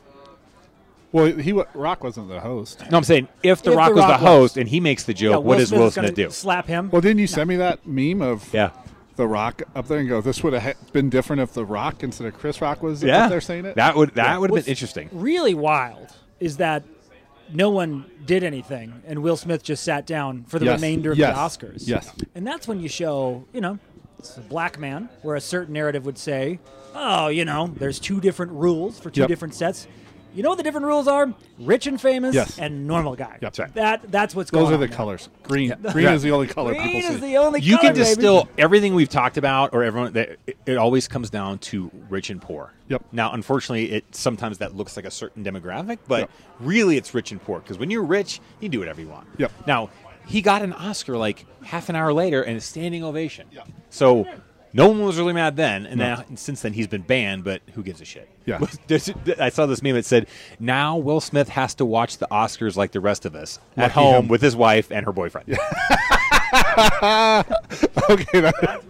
Speaker 2: Well, he wa- Rock wasn't the host.
Speaker 1: No, I'm saying if The
Speaker 3: If The
Speaker 1: Rock was
Speaker 3: Rock
Speaker 1: the
Speaker 3: was.
Speaker 1: host and he makes the joke,
Speaker 3: Yeah,
Speaker 1: what does
Speaker 3: Smith
Speaker 1: Will
Speaker 3: is gonna
Speaker 1: Smith do?
Speaker 3: Slap him.
Speaker 2: Well, didn't you send me that meme of
Speaker 1: Yeah.
Speaker 2: the Rock up there and go, this would have ha- been different if the Rock instead of Chris Rock was
Speaker 1: Yeah,
Speaker 2: up there saying it.
Speaker 1: that would that would have
Speaker 3: What's
Speaker 1: been interesting.
Speaker 3: Really wild is that no one did anything, and Will Smith just sat down for the
Speaker 2: Yes.
Speaker 3: remainder of
Speaker 2: Yes.
Speaker 3: the Oscars.
Speaker 2: Yes.
Speaker 3: and that's when you show, you know, it's a black man, where a certain narrative would say, "Oh, you know, there's two different rules for two
Speaker 2: Yep.
Speaker 3: different sets." You know what the different rules are? Rich and famous,
Speaker 2: Yes.
Speaker 3: and normal guy.
Speaker 2: That's right.
Speaker 3: That that's what's
Speaker 2: Those
Speaker 3: going
Speaker 2: are
Speaker 3: on
Speaker 2: the
Speaker 3: now.
Speaker 2: colors. Green. Green
Speaker 1: Yeah.
Speaker 2: is the only color
Speaker 3: Green
Speaker 2: people
Speaker 3: is
Speaker 2: see.
Speaker 3: the only
Speaker 1: You
Speaker 3: color,
Speaker 1: can
Speaker 3: baby.
Speaker 1: distill everything we've talked about, or everyone that it, it always comes down to rich and poor.
Speaker 2: Yep.
Speaker 1: Now, unfortunately, it sometimes that looks like a certain demographic, but
Speaker 2: Yep.
Speaker 1: really it's rich and poor because when you're rich, you can do whatever you want.
Speaker 2: Yep.
Speaker 1: Now he got an Oscar like half an hour later and a standing ovation.
Speaker 2: Yep.
Speaker 1: So no one was really mad then, and now since then he's been banned. But who gives a shit?
Speaker 2: Yeah.
Speaker 1: *laughs* There's- I saw this meme. It said, "Now Will Smith has to watch the Oscars like the rest of us at
Speaker 2: Lucky
Speaker 1: home
Speaker 2: him.
Speaker 1: with his wife and her boyfriend."
Speaker 2: *laughs* okay. that-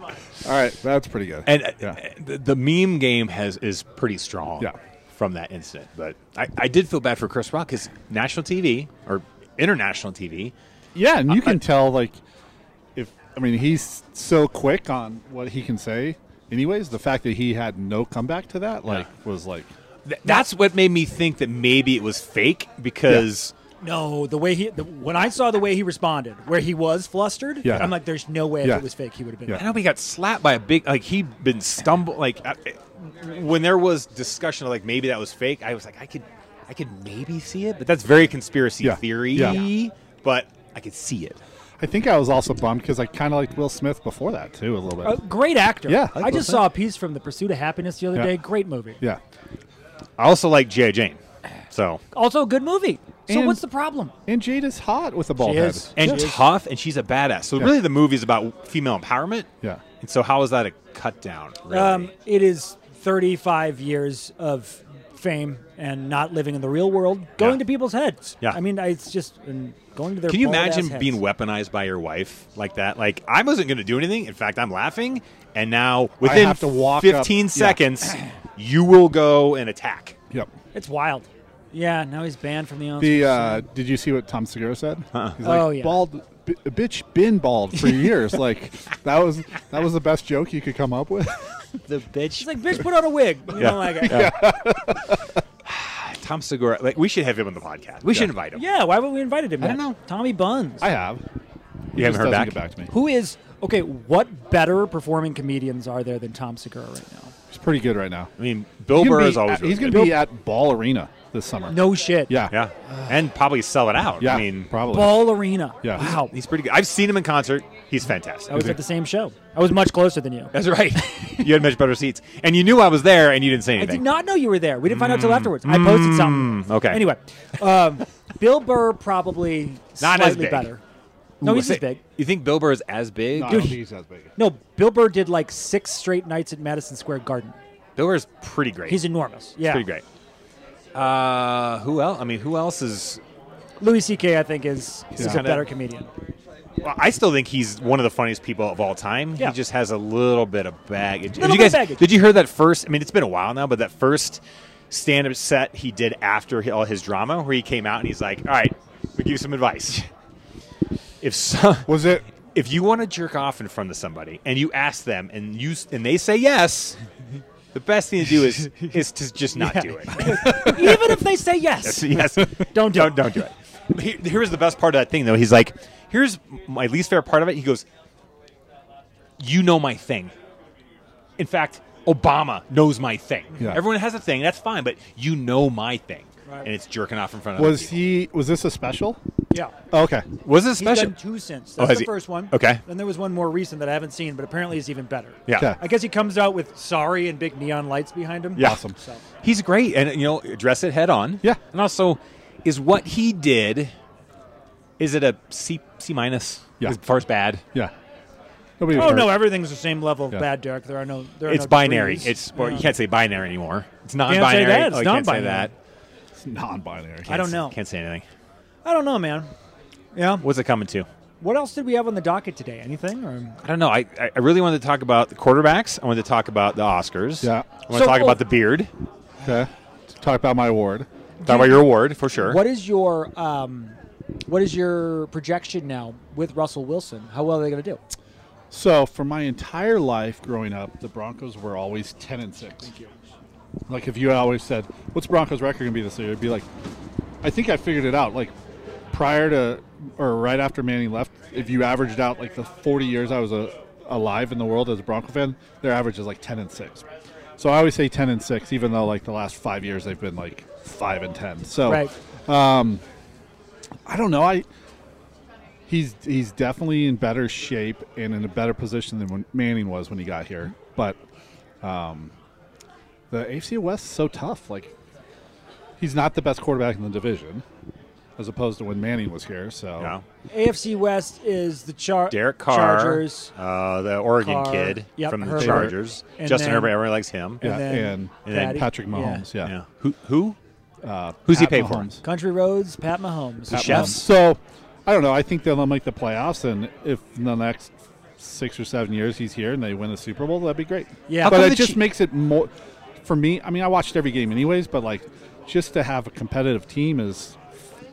Speaker 2: all right. That's pretty good.
Speaker 1: And uh,
Speaker 2: Yeah.
Speaker 1: the, the meme game has is pretty strong
Speaker 2: Yeah.
Speaker 1: from that incident. But I, I did feel bad for Chris Rock because national TV or international TV.
Speaker 2: yeah, and you can tell, like, if, I mean, he's so quick on what he can say. Anyways, the fact that he had no comeback to that, like, was like,
Speaker 1: Th- that's what made me think that maybe it was fake because
Speaker 3: No, the way he the, when I saw the way he responded, where he was flustered,
Speaker 2: Yeah.
Speaker 3: I'm like, there's no way
Speaker 2: Yeah.
Speaker 3: if it was fake he would have been.
Speaker 2: Yeah.
Speaker 1: I know he got slapped by a big like he'd uh, been stumble like I, when there was discussion of like maybe that was fake. I was like I could I could maybe see it, but that's very conspiracy
Speaker 2: Yeah.
Speaker 1: theory.
Speaker 2: Yeah.
Speaker 1: But I could see it.
Speaker 2: I think I was also bummed because I kind of liked Will Smith before that too a little bit.
Speaker 3: A great actor.
Speaker 2: Yeah, I
Speaker 3: I,
Speaker 2: like
Speaker 3: just
Speaker 2: Will
Speaker 3: saw a piece from The Pursuit of Happiness the other
Speaker 2: Yeah.
Speaker 3: day. Great movie.
Speaker 2: yeah,
Speaker 1: I also like G.I. Jane. So
Speaker 3: Also a good movie. So
Speaker 2: And-
Speaker 3: what's the problem?
Speaker 2: and Jade is hot with the bald
Speaker 3: She
Speaker 2: head.
Speaker 3: is.
Speaker 1: and tough, and she's a badass. So really, the movie's about female empowerment.
Speaker 2: Yeah.
Speaker 1: And so, how is that a cut down? Really?
Speaker 3: Um, it is 35 years of fame and not living in the real world, going
Speaker 1: Yeah.
Speaker 3: to people's heads.
Speaker 1: Yeah.
Speaker 3: I mean, I- it's just and going to their.
Speaker 1: Can you
Speaker 3: bald-ass
Speaker 1: imagine
Speaker 3: heads.
Speaker 1: being weaponized by your wife like that? Like I wasn't going to do anything. In fact, I'm laughing, and now within
Speaker 2: have to walk up-
Speaker 1: 15
Speaker 2: yeah. *clears throat*
Speaker 1: seconds, you will go and attack.
Speaker 2: Yep.
Speaker 3: It's wild. Yeah. Now he's banned from the. Oscars.
Speaker 2: The uh, did you see what Tom Segura said? He's like,
Speaker 3: Oh, yeah.
Speaker 2: bald b- bitch been bald for years. like that was that was the best joke you could come up with. *laughs*
Speaker 1: The bitch.
Speaker 3: She's like, bitch, put on a wig.
Speaker 1: *laughs*
Speaker 3: You
Speaker 1: Yeah.
Speaker 3: know, like, yeah.
Speaker 1: Tom Segura. Like we should have him on the podcast. We should invite him.
Speaker 3: why would we invited him?
Speaker 1: I don't
Speaker 3: yet?
Speaker 1: know.
Speaker 3: Tommy Buns.
Speaker 2: I have. He
Speaker 1: You haven't heard
Speaker 2: just doesn't
Speaker 1: back.
Speaker 2: Get back to me.
Speaker 3: who is okay? What better performing comedians are there than Tom Segura right now?
Speaker 2: He's pretty good right now.
Speaker 1: I mean, Bill
Speaker 2: He can
Speaker 1: Burr
Speaker 2: be
Speaker 1: is always.
Speaker 2: at-
Speaker 1: really
Speaker 2: he's going
Speaker 1: good.
Speaker 2: to be at Ball Arena this summer.
Speaker 3: No shit.
Speaker 2: Yeah.
Speaker 1: Yeah, and probably sell it out.
Speaker 2: Yeah.
Speaker 1: I mean,
Speaker 2: probably.
Speaker 3: Ball Arena.
Speaker 2: Yeah.
Speaker 3: Wow.
Speaker 1: he's pretty good. I've seen him in concert. He's fantastic.
Speaker 3: I was at the same show. I was much closer than you.
Speaker 1: That's right. you had much better seats, and you knew I was there, and you didn't say
Speaker 3: I
Speaker 1: anything.
Speaker 3: did not know you were there. We didn't find out till afterwards. I posted something.
Speaker 1: Mm. okay.
Speaker 3: Anyway, um, Bill Burr probably
Speaker 1: *laughs* Not as
Speaker 3: slightly
Speaker 1: big.
Speaker 3: better. No, he's
Speaker 1: Say-
Speaker 3: as big.
Speaker 1: You think Bill Burr is as big?
Speaker 2: No, I
Speaker 1: Dude,
Speaker 2: don't think he's as big.
Speaker 3: No, Bill Burr did like six straight nights at Madison Square Garden.
Speaker 1: Bill Burr's pretty great.
Speaker 3: He's enormous. Yeah.
Speaker 1: pretty great. Uh, who else? I mean, who else is?
Speaker 3: Louis C.K. I think is, is
Speaker 1: Yeah.
Speaker 3: a better comedian.
Speaker 1: Well, I still think he's one of the funniest people of all time.
Speaker 3: Yeah.
Speaker 1: He just has a little bit of baggage.
Speaker 3: Little
Speaker 1: did
Speaker 3: bit
Speaker 1: you guys?
Speaker 3: of baggage.
Speaker 1: Did you hear that first? I mean, it's been a while now, but that first stand-up set he did after he- all his drama, where he came out and he's like, "All right, we give you some advice. *laughs* If so,
Speaker 2: Was it?
Speaker 1: if you want to jerk off in front of somebody and you ask them and you s- and they say yes." The best thing to do is is to just not
Speaker 3: Yeah.
Speaker 1: do it.
Speaker 3: Even if they say
Speaker 1: *laughs*
Speaker 3: yes,
Speaker 1: yes.
Speaker 3: Don't do
Speaker 1: don't
Speaker 3: it.
Speaker 1: don't do it. Here- Here's the best part of that thing though. He's like, here's my least favorite part of it. He goes, you know my thing. In fact, Obama knows my thing.
Speaker 2: Yeah.
Speaker 1: Everyone has a thing. That's fine, but you know my thing,
Speaker 3: Right.
Speaker 1: and it's jerking off in front of. other
Speaker 2: Was
Speaker 1: people.
Speaker 2: he? Was this a special?
Speaker 3: yeah.
Speaker 2: Oh, okay.
Speaker 1: Was it
Speaker 3: He's
Speaker 1: special?
Speaker 3: done two since.
Speaker 1: Oh,
Speaker 3: That's
Speaker 1: has
Speaker 3: the
Speaker 1: he?
Speaker 3: first one.
Speaker 1: Okay.
Speaker 3: Then there was one more recent that I haven't seen, but apparently is even better.
Speaker 1: Yeah.
Speaker 2: Okay.
Speaker 3: I guess he comes out with sorry and big neon lights behind him.
Speaker 1: Yeah.
Speaker 2: Awesome.
Speaker 3: So.
Speaker 1: He's great, and you know, address it head on.
Speaker 2: Yeah.
Speaker 1: And also, is what he did, is it a C C minus?
Speaker 2: Yeah.
Speaker 1: As far as bad.
Speaker 2: Yeah. Nobody.
Speaker 3: Oh
Speaker 2: was
Speaker 3: no,
Speaker 2: hurt.
Speaker 3: everything's the same level of
Speaker 2: Yeah.
Speaker 3: bad, Derek. There are no. There are
Speaker 1: It's
Speaker 3: no
Speaker 1: binary.
Speaker 3: degrees.
Speaker 1: It's well, you
Speaker 3: Yeah.
Speaker 1: can't say binary anymore. It's
Speaker 3: say
Speaker 1: non-binary.
Speaker 3: that. It's
Speaker 1: oh, you can't say
Speaker 3: non-binary.
Speaker 1: that.
Speaker 2: It's non-binary.
Speaker 3: I don't know.
Speaker 1: Can't say anything.
Speaker 3: I don't know, man. Yeah.
Speaker 1: What's it coming to?
Speaker 3: What else did we have on the docket today? Anything? Or?
Speaker 1: I don't know. I, I I really wanted to talk about the quarterbacks. I wanted to talk about the Oscars.
Speaker 2: Yeah.
Speaker 1: I want
Speaker 3: So- oh,
Speaker 1: to talk about the beard.
Speaker 2: Okay. Talk about my award.
Speaker 1: Talk about your award for sure.
Speaker 3: What is your um, what is your projection now with Russell Wilson? How well are they going to do?
Speaker 2: So for my entire life growing up, the Broncos were always ten and six. Thank you. Like if you always said, "What's Broncos record gonna be this year?" It'd be like, I think I figured it out. Like prior to or right after Manning left, if you averaged out like the forty years I was uh alive in the world as a Bronco fan, their average is like ten and six. So I always say ten and six, even though like the last five years they've been like five and ten.
Speaker 1: Oh.
Speaker 2: So
Speaker 3: Right.
Speaker 2: I don't know. I he's he's definitely in better shape and in a better position than when Manning was when he got here. But um, the AFC West is so tough. Like he's not the best quarterback in the division, as opposed to when Manning was here. So
Speaker 1: You know,
Speaker 3: AFC West is the Char-
Speaker 1: Derek Carr,
Speaker 3: Chargers,
Speaker 1: uh, the Oregon
Speaker 3: Carr.
Speaker 1: kid
Speaker 3: Yep,
Speaker 1: from the
Speaker 3: Herbert.
Speaker 1: Chargers.
Speaker 3: And
Speaker 1: Justin
Speaker 3: then-
Speaker 1: Herbert. Everyone likes him.
Speaker 2: yeah,
Speaker 3: then
Speaker 2: and,
Speaker 1: and then Patty-
Speaker 2: Patrick Mahomes. Yeah,
Speaker 1: Yeah. Who? Who? Who's
Speaker 2: Pat
Speaker 1: he paid for?
Speaker 2: Mahomes.
Speaker 3: Country Roads, Pat Mahomes.
Speaker 1: Pat-
Speaker 2: Mahomes.
Speaker 1: Chefs?
Speaker 2: So I don't know. I think they'll make the playoffs, and if in the next six or seven years he's here and they win a Super Bowl, that'd be great.
Speaker 3: Yeah. How
Speaker 2: but
Speaker 1: come
Speaker 2: it
Speaker 1: the
Speaker 2: just
Speaker 1: Chi-
Speaker 2: makes it more for me. I mean, I watched every game anyways, but like just to have a competitive team is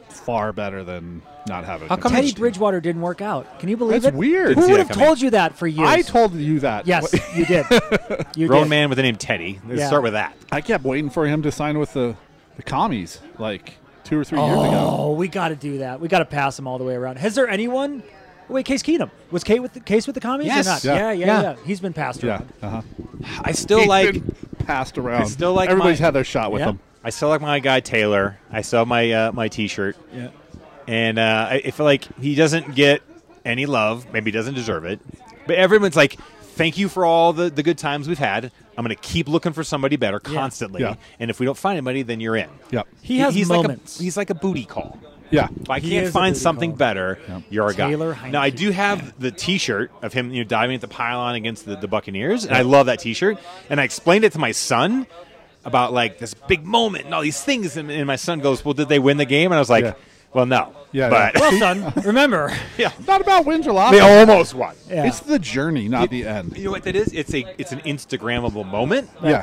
Speaker 2: far better than not having.
Speaker 1: How
Speaker 2: a
Speaker 1: come
Speaker 3: Teddy
Speaker 2: competitive team.
Speaker 3: Bridgewater didn't work out. Can you believe
Speaker 2: That's
Speaker 3: it?
Speaker 2: weird. Didn't
Speaker 3: Who
Speaker 1: see
Speaker 3: would
Speaker 1: that
Speaker 3: have
Speaker 1: coming.
Speaker 3: told you that for years?
Speaker 2: I told you that.
Speaker 3: Yes, you did. You
Speaker 1: Grown
Speaker 3: did.
Speaker 1: man with the name Teddy. Let's
Speaker 3: Yeah.
Speaker 1: start with that.
Speaker 2: *laughs* I kept waiting for him to sign with the the commies like two or three years ago.
Speaker 3: Oh, we got to do that. We got to pass him all the way around. Has there anyone? Wait, Case Keenum was Kate with the, Case with the commies
Speaker 1: Yes.
Speaker 3: or not?
Speaker 2: Yeah.
Speaker 3: Yeah, yeah, yeah,
Speaker 1: Yeah.
Speaker 3: He's been passed
Speaker 2: Yeah.
Speaker 3: around.
Speaker 2: Uh-huh.
Speaker 1: I still *laughs*
Speaker 2: He's
Speaker 1: like.
Speaker 2: been passed around.
Speaker 1: still like
Speaker 2: everybody's
Speaker 1: my-
Speaker 2: had their shot with
Speaker 3: Yeah.
Speaker 2: him.
Speaker 1: I saw like my guy Taylor. I saw my uh, my T-shirt,
Speaker 3: Yeah.
Speaker 1: and uh, I, I feel like he doesn't get any love. Maybe he doesn't deserve it. But everyone's like, "Thank you for all the, the good times we've had. I'm going to keep looking for somebody better constantly.
Speaker 2: Yeah.
Speaker 1: And if we don't find anybody, then you're in."
Speaker 2: Yep.
Speaker 3: He has
Speaker 1: he's
Speaker 3: moments.
Speaker 1: Like a, he's like a booty call.
Speaker 2: Yeah.
Speaker 1: If I
Speaker 3: He
Speaker 1: can't
Speaker 3: is a
Speaker 1: find
Speaker 3: booty
Speaker 1: something
Speaker 3: call.
Speaker 1: better, you're a guy.
Speaker 3: Taylor
Speaker 1: Now I
Speaker 3: Heineke.
Speaker 1: do have the T-shirt of him, you know, diving at the pylon against the, the Buccaneers, and I love that T-shirt. And I explained it to my son about like this big moment and all these things, and, and my son goes, "Well, did they win the game?" And I was like,
Speaker 2: Yeah.
Speaker 1: "Well, no,
Speaker 2: Yeah,
Speaker 1: but *laughs*
Speaker 3: Well, son, remember.
Speaker 2: It's not about wins or
Speaker 1: they
Speaker 2: losses.
Speaker 1: almost won."
Speaker 3: Yeah.
Speaker 2: It's the journey, not the end.
Speaker 1: You know what that is? It's a it's an Instagrammable moment
Speaker 2: Yeah.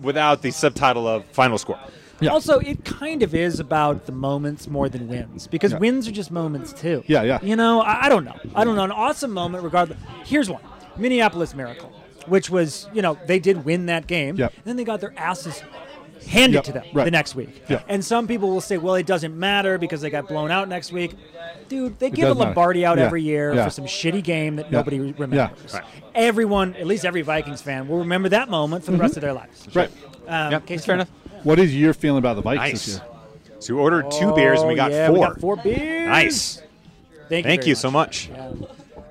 Speaker 1: without the subtitle of final score.
Speaker 2: Yeah.
Speaker 3: Also, it kind of is about the moments more than wins because
Speaker 2: Yeah.
Speaker 3: wins are just moments too.
Speaker 2: Yeah, yeah.
Speaker 3: You know, I, I don't know. I don't know. An awesome moment, regardless. Here's one Minneapolis Miracle, which was, you know, they did win that game.
Speaker 2: Yep.
Speaker 3: And then they got their asses handed
Speaker 2: Yep,
Speaker 3: to them
Speaker 2: right.
Speaker 3: the next week.
Speaker 2: Yeah.
Speaker 3: And some people will say, well, it doesn't matter because they got blown out next week. Dude, they give a
Speaker 2: does matter.
Speaker 3: Lombardi out
Speaker 2: Yeah,
Speaker 3: every year
Speaker 2: yeah.
Speaker 3: for some shitty game that nobody re-
Speaker 2: yeah.
Speaker 3: remembers.
Speaker 1: Right.
Speaker 3: Everyone, at least every Vikings fan, will remember that moment for the rest of their lives.
Speaker 2: Right.
Speaker 3: Um,
Speaker 1: Yep,
Speaker 3: case
Speaker 1: that's fair
Speaker 3: in
Speaker 1: enough.
Speaker 3: point.
Speaker 2: What is your feeling about the Vikes this
Speaker 1: Nice.
Speaker 2: year?
Speaker 1: So we ordered two beers and we
Speaker 3: Oh,
Speaker 1: got,
Speaker 3: yeah,
Speaker 1: four.
Speaker 3: We got four beers.
Speaker 1: Nice.
Speaker 3: Thank you,
Speaker 1: Thank
Speaker 3: very
Speaker 1: you so much. Ah.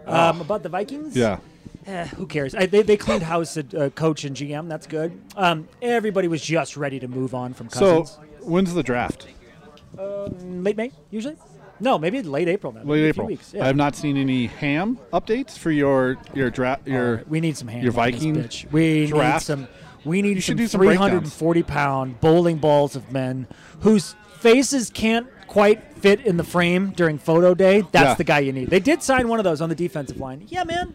Speaker 3: Yeah. Um, about the Vikings?
Speaker 2: Yeah.
Speaker 3: Eh, *sighs* who cares? I, they, they cleaned house at uh, coach and GM. That's good. Um, everybody was just ready to move on from
Speaker 2: So,
Speaker 3: Cousins.
Speaker 2: when's the draft?
Speaker 3: late May, usually? No, maybe late April now.
Speaker 2: Late
Speaker 3: A few
Speaker 2: April.
Speaker 3: weeks, yeah.
Speaker 2: I have not seen any ham updates for your your draft. Your
Speaker 3: We need some hands.
Speaker 2: your
Speaker 3: on this
Speaker 2: Viking
Speaker 3: bitch. We need
Speaker 2: draft.
Speaker 3: some. We need
Speaker 2: should
Speaker 3: some
Speaker 2: do some
Speaker 3: 340 pound bowling balls of men whose faces can't quite fit in the frame during photo day. That's
Speaker 2: Yeah.
Speaker 3: the guy you need. They did sign one of those on the defensive line. Yeah, man.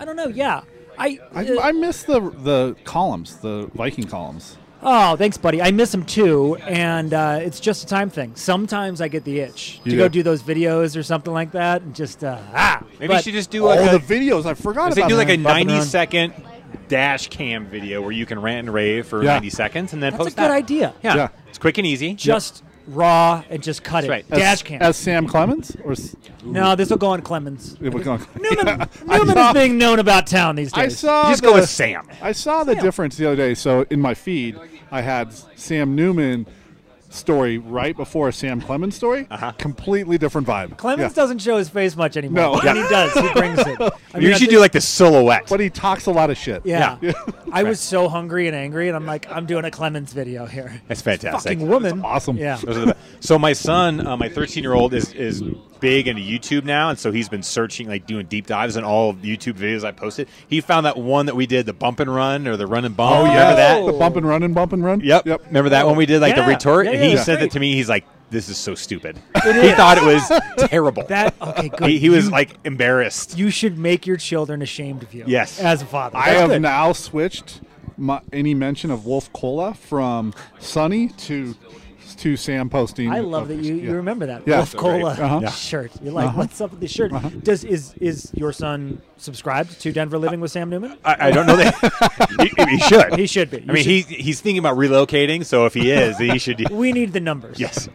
Speaker 3: I don't know. Yeah. I,
Speaker 2: I,
Speaker 3: uh,
Speaker 2: I miss the the columns, the Viking columns.
Speaker 3: Oh, thanks, buddy. I miss him too, and uh, it's just a time thing. Sometimes I get the itch to
Speaker 2: You
Speaker 3: go
Speaker 2: do?
Speaker 3: do those videos or something like that, and just uh, ah.
Speaker 1: Maybe you
Speaker 3: But
Speaker 1: should just do
Speaker 2: Oh,
Speaker 1: like a,
Speaker 2: the videos! I
Speaker 1: Because
Speaker 2: forgot
Speaker 1: they
Speaker 2: about.
Speaker 1: do like a
Speaker 2: that. Bumping
Speaker 1: 90
Speaker 2: around.
Speaker 1: second dash cam video where you can rant and rave for
Speaker 2: Yeah.
Speaker 1: 90 seconds and then
Speaker 3: That's a
Speaker 1: post
Speaker 3: good
Speaker 1: that.
Speaker 3: idea.
Speaker 1: Yeah.
Speaker 2: Yeah.
Speaker 1: It's quick and easy.
Speaker 3: Just raw and just cut
Speaker 1: That's
Speaker 3: it.
Speaker 1: right.
Speaker 2: As-
Speaker 3: Dash cam.
Speaker 2: as Sam Clemens or s-
Speaker 3: no, this will go on Clemens.
Speaker 2: it would go *laughs* on-
Speaker 3: Newman,
Speaker 2: I
Speaker 3: *laughs* Newman
Speaker 2: saw-
Speaker 3: is being known about town these
Speaker 2: I
Speaker 3: days.
Speaker 2: saw
Speaker 1: You just
Speaker 2: the,
Speaker 1: go with Sam.
Speaker 2: I saw the
Speaker 3: Sam.
Speaker 2: difference the other day. So in my feed, I had Sam Newman story right before a Sam Clemens story. Uh-huh. Completely different vibe.
Speaker 3: Clemens
Speaker 2: yeah.
Speaker 3: doesn't show his face much anymore.
Speaker 2: No.
Speaker 3: But when he does, he brings it. I
Speaker 1: you
Speaker 3: I
Speaker 1: should
Speaker 3: think-
Speaker 1: do like the silhouette.
Speaker 2: but he talks a lot of shit.
Speaker 3: Yeah.
Speaker 1: Yeah.
Speaker 3: *laughs* I was so hungry and angry, and I'm like, I'm doing a Clemens video here.
Speaker 1: That's fantastic.
Speaker 3: Fucking woman.
Speaker 2: awesome.
Speaker 3: Yeah.
Speaker 1: Those are the best. So my son, uh, my 13 year old, is is big into YouTube now, and so he's been searching, like doing deep dives on all of YouTube videos I posted. He found that one that we did, the bump and run or the run and bump.
Speaker 2: Oh yeah,
Speaker 1: remember that?
Speaker 2: the bump and run and bump and run.
Speaker 1: Yep.
Speaker 2: Yep.
Speaker 1: Remember that one we did, like the
Speaker 3: Yeah.
Speaker 1: retort?
Speaker 3: Yeah,
Speaker 1: and
Speaker 3: yeah,
Speaker 1: he
Speaker 3: yeah.
Speaker 1: said
Speaker 3: Great.
Speaker 1: that to me. He's like, "This is so stupid." he thought it was *laughs* terrible.
Speaker 3: That okay, good.
Speaker 1: he, he was
Speaker 3: You-
Speaker 1: like embarrassed.
Speaker 3: you should make your children ashamed of you.
Speaker 1: Yes.
Speaker 3: As a father.
Speaker 2: I
Speaker 3: That's
Speaker 2: have
Speaker 3: good.
Speaker 2: now switched my, any mention of Wolf Cola from Sunny to to Sam posting.
Speaker 3: I love that you,
Speaker 2: Yeah.
Speaker 3: you remember that
Speaker 2: Yeah.
Speaker 3: Wolf
Speaker 2: So
Speaker 1: great.
Speaker 3: Cola
Speaker 2: Uh-huh. Yeah.
Speaker 3: *laughs* shirt. You're like, what's up with this shirt? Does is is your son subscribed to Denver Living with Sam Newman?
Speaker 1: I, I don't know
Speaker 2: *laughs*
Speaker 1: that he, he should.
Speaker 3: He should be.
Speaker 1: Uh, I mean, he he's thinking about relocating, so if he is, he should.
Speaker 2: *laughs*
Speaker 3: we need the numbers.
Speaker 1: yes.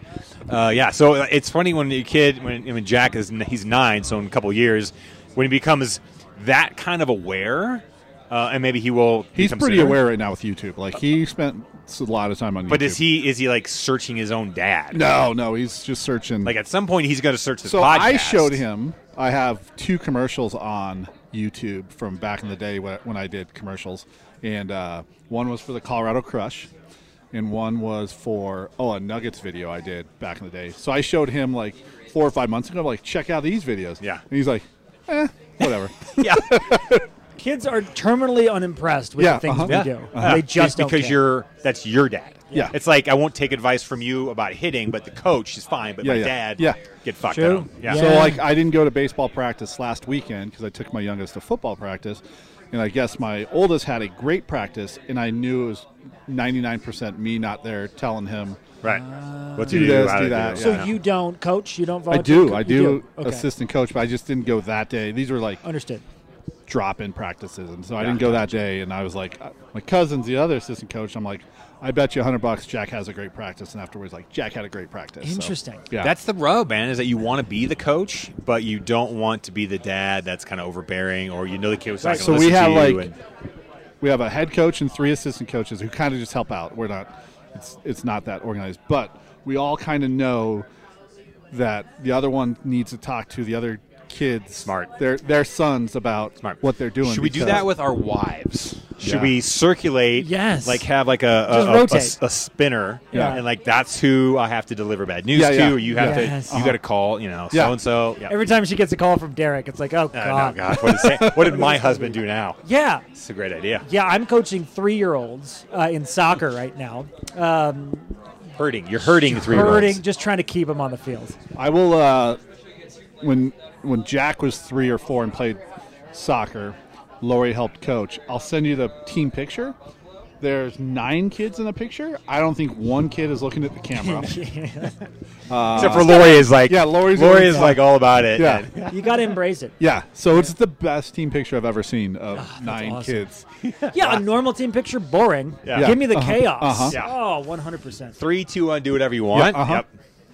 Speaker 1: Uh, yeah. So it's funny when your kid, when, when Jack is n- he's nine, so in a couple of years, when he becomes that kind of aware, uh, and maybe he will.
Speaker 2: He's
Speaker 1: become
Speaker 2: pretty
Speaker 1: sooner.
Speaker 2: aware right now with YouTube. Like he spent a lot of time on. YouTube.
Speaker 1: But is he is he like searching his own dad?
Speaker 2: No, no, he's just searching.
Speaker 1: Like at some point, he's going to search his
Speaker 2: so
Speaker 1: podcast.
Speaker 2: I showed him. I have two commercials on YouTube from back in the day wh- when I did commercials, and uh, one was for the Colorado Crush, and one was for oh a Nuggets video I did back in the day. So I showed him like four or five months ago, like check out these videos.
Speaker 1: Yeah.
Speaker 2: and he's like, eh, whatever.
Speaker 1: *laughs* Yeah.
Speaker 3: Kids are terminally unimpressed with
Speaker 2: Yeah,
Speaker 3: the things
Speaker 2: uh-huh.
Speaker 3: we
Speaker 1: Yeah.
Speaker 3: do.
Speaker 1: Uh,
Speaker 3: They just don't
Speaker 1: because
Speaker 3: care.
Speaker 1: you're that's your dad.
Speaker 2: Yeah.
Speaker 1: It's like I won't take advice from you about hitting, but the coach is fine. But
Speaker 2: Yeah,
Speaker 1: my
Speaker 2: yeah.
Speaker 1: dad,
Speaker 2: Yeah.
Speaker 1: get fucked. I
Speaker 3: True.
Speaker 1: don't- Yeah.
Speaker 2: So
Speaker 3: Yeah.
Speaker 2: like I didn't go to baseball practice last weekend because I took my youngest to football practice, and I guess my oldest had a great practice, and I knew it was ninety nine percent me not there telling him.
Speaker 1: Right. what
Speaker 2: Uh, do this, do that,
Speaker 3: so
Speaker 2: yeah.
Speaker 3: you don't coach, you don't
Speaker 2: I
Speaker 3: volunteer.
Speaker 2: do,
Speaker 3: co-
Speaker 2: I
Speaker 3: you
Speaker 2: do,
Speaker 3: Okay.
Speaker 2: assistant coach, but I just didn't go that day. These were like
Speaker 3: Understood.
Speaker 2: drop in practices, and so I didn't go that day. And I was like, uh, my cousin's the other assistant coach. I'm like, I bet you hundred bucks Jack has a great practice, and afterwards like Jack had a great practice. So,
Speaker 3: Interesting.
Speaker 2: yeah,
Speaker 1: That's the rub, man, is that you want to be the coach, but you don't want to be the dad that's kind of overbearing or you know the kid was not
Speaker 3: Right.
Speaker 1: going
Speaker 2: So
Speaker 1: to
Speaker 2: we
Speaker 1: listen
Speaker 2: have
Speaker 1: to you.
Speaker 2: like
Speaker 1: and-
Speaker 2: we have a head coach and three assistant coaches who kind of just help out. We're not It's it's not that organized, but we all kind of know that the other one needs to talk to the other kids,
Speaker 1: Smart.
Speaker 2: their their sons about
Speaker 1: Smart.
Speaker 2: what they're doing.
Speaker 1: Should we do
Speaker 2: because-
Speaker 1: that with our wives? Should
Speaker 2: Yeah.
Speaker 1: we circulate?
Speaker 3: Yes.
Speaker 1: Like have like a a,
Speaker 3: Just
Speaker 1: a- a
Speaker 3: rotate.
Speaker 1: s- a spinner.
Speaker 2: Yeah.
Speaker 1: And like that's who I have to deliver bad news
Speaker 2: Yeah,
Speaker 1: to,
Speaker 2: yeah.
Speaker 1: or you have
Speaker 3: Yeah.
Speaker 1: to
Speaker 3: Yes.
Speaker 1: you got to call. You know,
Speaker 2: Yeah.
Speaker 1: so and so. Yeah.
Speaker 3: Every time she gets a call from Derek, it's like, oh
Speaker 1: Uh,
Speaker 3: god.
Speaker 1: no, God, what did, Sa-
Speaker 3: *laughs*
Speaker 1: what did my husband do now?
Speaker 3: Yeah,
Speaker 1: It's a great idea.
Speaker 3: yeah. I'm coaching three-year-olds uh, in soccer right now. Um,
Speaker 1: Hurting. You're hurting three
Speaker 3: hurting, just trying to keep them on the field.
Speaker 2: I will. Uh, when when Jack was three or four and played soccer, Lori helped coach. I'll send you the team picture. There's nine kids in the picture. I don't think one kid is looking at the
Speaker 3: *laughs*
Speaker 2: camera.
Speaker 1: Except for Lori is like
Speaker 2: Uh, Yeah, Lori's
Speaker 1: Lori
Speaker 2: really-
Speaker 1: is like all about it.
Speaker 2: yeah,
Speaker 1: and-
Speaker 3: you got to embrace it.
Speaker 2: yeah. So it's the best team picture I've ever seen of nine
Speaker 3: awesome.
Speaker 2: kids.
Speaker 3: Yeah, a normal team picture, boring.
Speaker 1: Yeah.
Speaker 3: Give me the
Speaker 2: Uh-huh,
Speaker 3: chaos.
Speaker 2: uh-huh.
Speaker 1: Yeah.
Speaker 3: Oh, 100 percent.
Speaker 1: Three, two, one. Do whatever you want.
Speaker 2: uh-huh.
Speaker 1: Yep.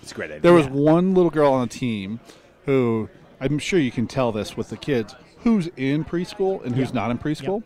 Speaker 1: It's a great idea.
Speaker 2: There was one little girl on the team who I'm sure you can tell this with the kids who's in preschool and who's not in preschool.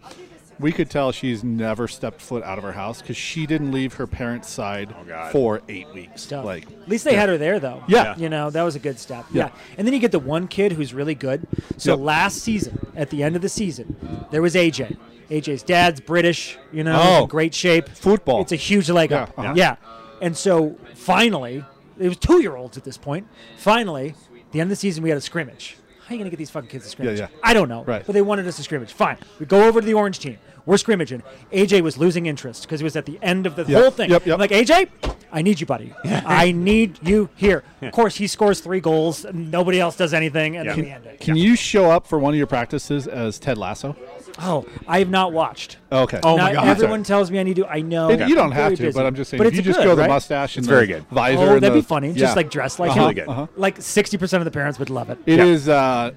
Speaker 2: We could tell she's never stepped foot out of her house because she didn't leave her parents' side
Speaker 1: Oh, God.
Speaker 2: for eight weeks.
Speaker 3: Stuff.
Speaker 2: Like,
Speaker 3: At least they had her there, though.
Speaker 2: Yeah.
Speaker 3: You know, that was a good step.
Speaker 2: Yeah.
Speaker 3: Yeah. And then you get the one kid who's really good. So
Speaker 2: Yep.
Speaker 3: last season, at the end of the season, there was AJ. AJ's dad's British, you know,
Speaker 2: Oh.
Speaker 3: in great shape.
Speaker 2: Football.
Speaker 3: It's a huge leg up.
Speaker 2: Yeah, uh-huh.
Speaker 3: Yeah. And so finally, it was two year olds at this point. Finally, the end of the season, we had a scrimmage. How are you going to get these fucking kids to scrimmage?
Speaker 2: yeah.
Speaker 3: I don't know.
Speaker 2: Right.
Speaker 3: But they wanted us to scrimmage. Fine. We go over to the orange team. We're scrimmaging. AJ was losing interest because it was at the end of the
Speaker 2: Yep,
Speaker 3: whole thing.
Speaker 2: yep, yep.
Speaker 3: I'm like, AJ, I need you, buddy. I need you
Speaker 2: *laughs*
Speaker 3: here. Of course, he scores three goals. and Nobody else does anything, and then we end it.
Speaker 2: can you show up for one of your practices as Ted Lasso?
Speaker 3: Oh, I have not watched.
Speaker 2: Okay.
Speaker 1: Oh
Speaker 3: Not
Speaker 1: my God.
Speaker 3: Everyone tells me I need to. I know
Speaker 2: It- You don't
Speaker 3: I'm
Speaker 2: have
Speaker 3: very
Speaker 2: to,
Speaker 3: busy.
Speaker 2: but I'm just saying, if
Speaker 3: it's
Speaker 2: you just
Speaker 3: good,
Speaker 2: go the
Speaker 3: right?
Speaker 2: mustache and
Speaker 1: It's
Speaker 2: the
Speaker 1: very good.
Speaker 2: visor.
Speaker 3: Oh,
Speaker 2: and
Speaker 3: that'd
Speaker 2: the-
Speaker 3: be funny.
Speaker 2: yeah.
Speaker 3: Just like dress like
Speaker 2: Uh-huh,
Speaker 1: really good.
Speaker 3: him.
Speaker 2: uh-huh.
Speaker 3: Like sixty percent of the parents would love it.
Speaker 2: It
Speaker 1: Yeah.
Speaker 2: is, Uh,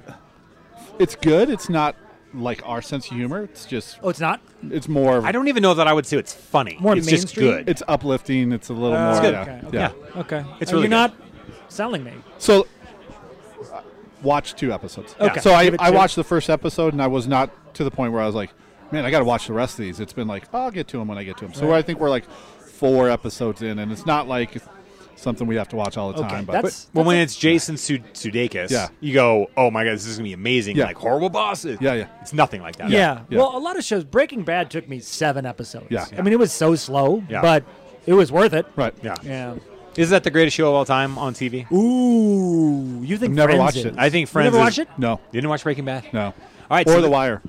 Speaker 2: it's good. It's not like our sense of humor. It's just.
Speaker 3: Oh, it's not.
Speaker 2: It's more. Of,
Speaker 1: I don't even know that I would say it's funny.
Speaker 3: More
Speaker 1: it's just
Speaker 3: mainstream?
Speaker 1: good.
Speaker 2: It's uplifting. It's a little
Speaker 3: Uh,
Speaker 2: more.
Speaker 3: it's good.
Speaker 2: Yeah.
Speaker 3: Okay,
Speaker 2: yeah.
Speaker 3: Okay,
Speaker 1: It's
Speaker 3: Uh,
Speaker 1: really
Speaker 3: you're
Speaker 1: good.
Speaker 3: not selling me.
Speaker 2: So, uh, watch two episodes.
Speaker 3: Okay.
Speaker 2: So I,
Speaker 3: Give it
Speaker 2: I
Speaker 3: two.
Speaker 2: watched the first episode, and I was not to the point where I was like, man, I got to watch the rest of these. It's been like, "Oh, I'll get to them when I get to them. So I think we're like four episodes in, and it's not like something we have to watch all the
Speaker 3: Okay,
Speaker 2: time. But
Speaker 3: that's-
Speaker 1: Well, when it's Jason Sud- Sudeikis,
Speaker 2: Yeah.
Speaker 1: you go, "Oh my god, this is gonna be amazing!"
Speaker 2: Yeah.
Speaker 1: Like horrible bosses.
Speaker 2: Yeah, yeah.
Speaker 1: It's nothing like that.
Speaker 3: Yeah.
Speaker 2: yeah.
Speaker 3: Well, a lot of shows. Breaking Bad took me seven episodes.
Speaker 2: Yeah.
Speaker 3: I mean, it was so slow,
Speaker 1: Yeah.
Speaker 3: but it was worth it.
Speaker 2: right.
Speaker 1: yeah.
Speaker 3: Yeah.
Speaker 1: Is that the greatest show of all time on TV?
Speaker 3: Ooh, you think
Speaker 2: I've never
Speaker 3: Friends
Speaker 2: watched
Speaker 3: is-
Speaker 2: it.
Speaker 1: I think
Speaker 3: You
Speaker 1: Friends.
Speaker 3: never
Speaker 1: is-
Speaker 3: watched it?
Speaker 2: No.
Speaker 1: You didn't watch Breaking Bad?
Speaker 2: No. All
Speaker 1: right,
Speaker 2: Or
Speaker 1: so
Speaker 2: The
Speaker 1: the-
Speaker 2: Wire.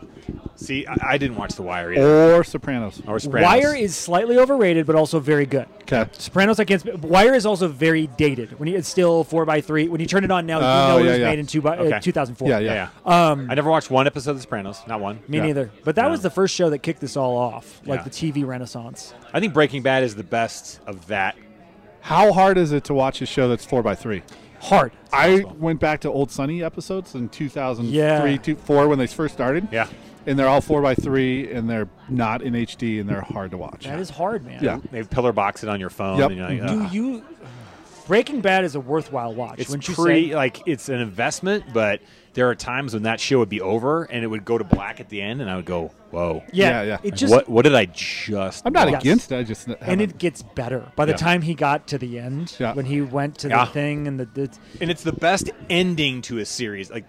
Speaker 1: See, I, I didn't watch The Wire either.
Speaker 2: Or Sopranos.
Speaker 1: Or Sopranos.
Speaker 3: Wire is slightly overrated, but also very good.
Speaker 2: Okay.
Speaker 3: Sopranos, I can't. Sp- Wire is also very dated. When you, it's still four by three. When you turn it on
Speaker 2: Oh,
Speaker 3: now, you know
Speaker 2: yeah,
Speaker 3: it was
Speaker 2: yeah.
Speaker 3: made in two by,
Speaker 1: Okay.
Speaker 3: uh, 2004.
Speaker 2: Yeah,
Speaker 1: Yeah.
Speaker 2: yeah.
Speaker 1: yeah. Um, I never watched one episode of The Sopranos. Not one.
Speaker 3: Me
Speaker 2: Yeah.
Speaker 3: neither. But that
Speaker 1: Yeah.
Speaker 3: was the first show that kicked this all off, like
Speaker 1: Yeah.
Speaker 3: the TV renaissance.
Speaker 1: I think Breaking Bad is the best of that.
Speaker 2: How hard is it to watch a show that's four by three?
Speaker 3: Hard.
Speaker 2: I went back to old Sunny episodes in 2003,
Speaker 3: Yeah.
Speaker 2: two, four when they first started.
Speaker 1: Yeah.
Speaker 2: And they're all four by three, and they're not in HD, and they're hard to watch.
Speaker 3: That is hard, man.
Speaker 2: Yeah.
Speaker 1: They pillar box it on your phone.
Speaker 2: Yep.
Speaker 1: And you're like,
Speaker 2: Mhm.
Speaker 1: "Ugh."
Speaker 3: Do you? Breaking Bad is a worthwhile watch.
Speaker 1: It's
Speaker 3: Mm-hmm. wouldn't you
Speaker 1: pretty
Speaker 3: say?
Speaker 2: uh,
Speaker 1: like it's an investment, but there are times when that show would be over and it would go to black at the end, and I would go, "Whoa,
Speaker 2: Yeah,
Speaker 3: Yeah,
Speaker 2: yeah.
Speaker 3: It just
Speaker 1: what what did I just?"
Speaker 2: I'm not
Speaker 3: Yes.
Speaker 2: against it. I just n-
Speaker 3: and
Speaker 2: haven't.
Speaker 3: it gets better by the
Speaker 2: Yeah.
Speaker 3: time he got to the end
Speaker 2: Yeah.
Speaker 3: when he went to
Speaker 1: Yeah.
Speaker 3: the thing and the, the
Speaker 1: and it's the best ending to a series. Like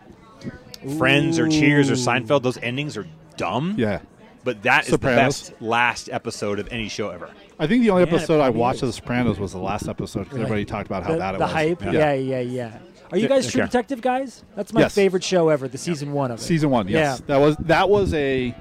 Speaker 1: Friends or Cheers or
Speaker 3: Ooh.
Speaker 1: Seinfeld, those endings are dumb.
Speaker 2: yeah.
Speaker 1: But that is
Speaker 2: Sopranos.
Speaker 1: the best last episode of any show ever.
Speaker 2: I think the only
Speaker 3: Man, it
Speaker 2: episode I
Speaker 3: probably
Speaker 2: watched
Speaker 3: is.
Speaker 2: of The Sopranos was the last episode because
Speaker 3: Really?
Speaker 2: everybody talked about how
Speaker 3: the,
Speaker 2: bad it
Speaker 3: the
Speaker 2: was.
Speaker 3: hype
Speaker 2: Yeah.
Speaker 3: yeah. yeah yeah are you
Speaker 1: Yeah,
Speaker 3: guys true
Speaker 1: okay.
Speaker 3: detective guys that's my
Speaker 2: Yes.
Speaker 3: favorite show ever the season one of it
Speaker 2: Season one. Yes.
Speaker 3: yeah
Speaker 2: That was that was a.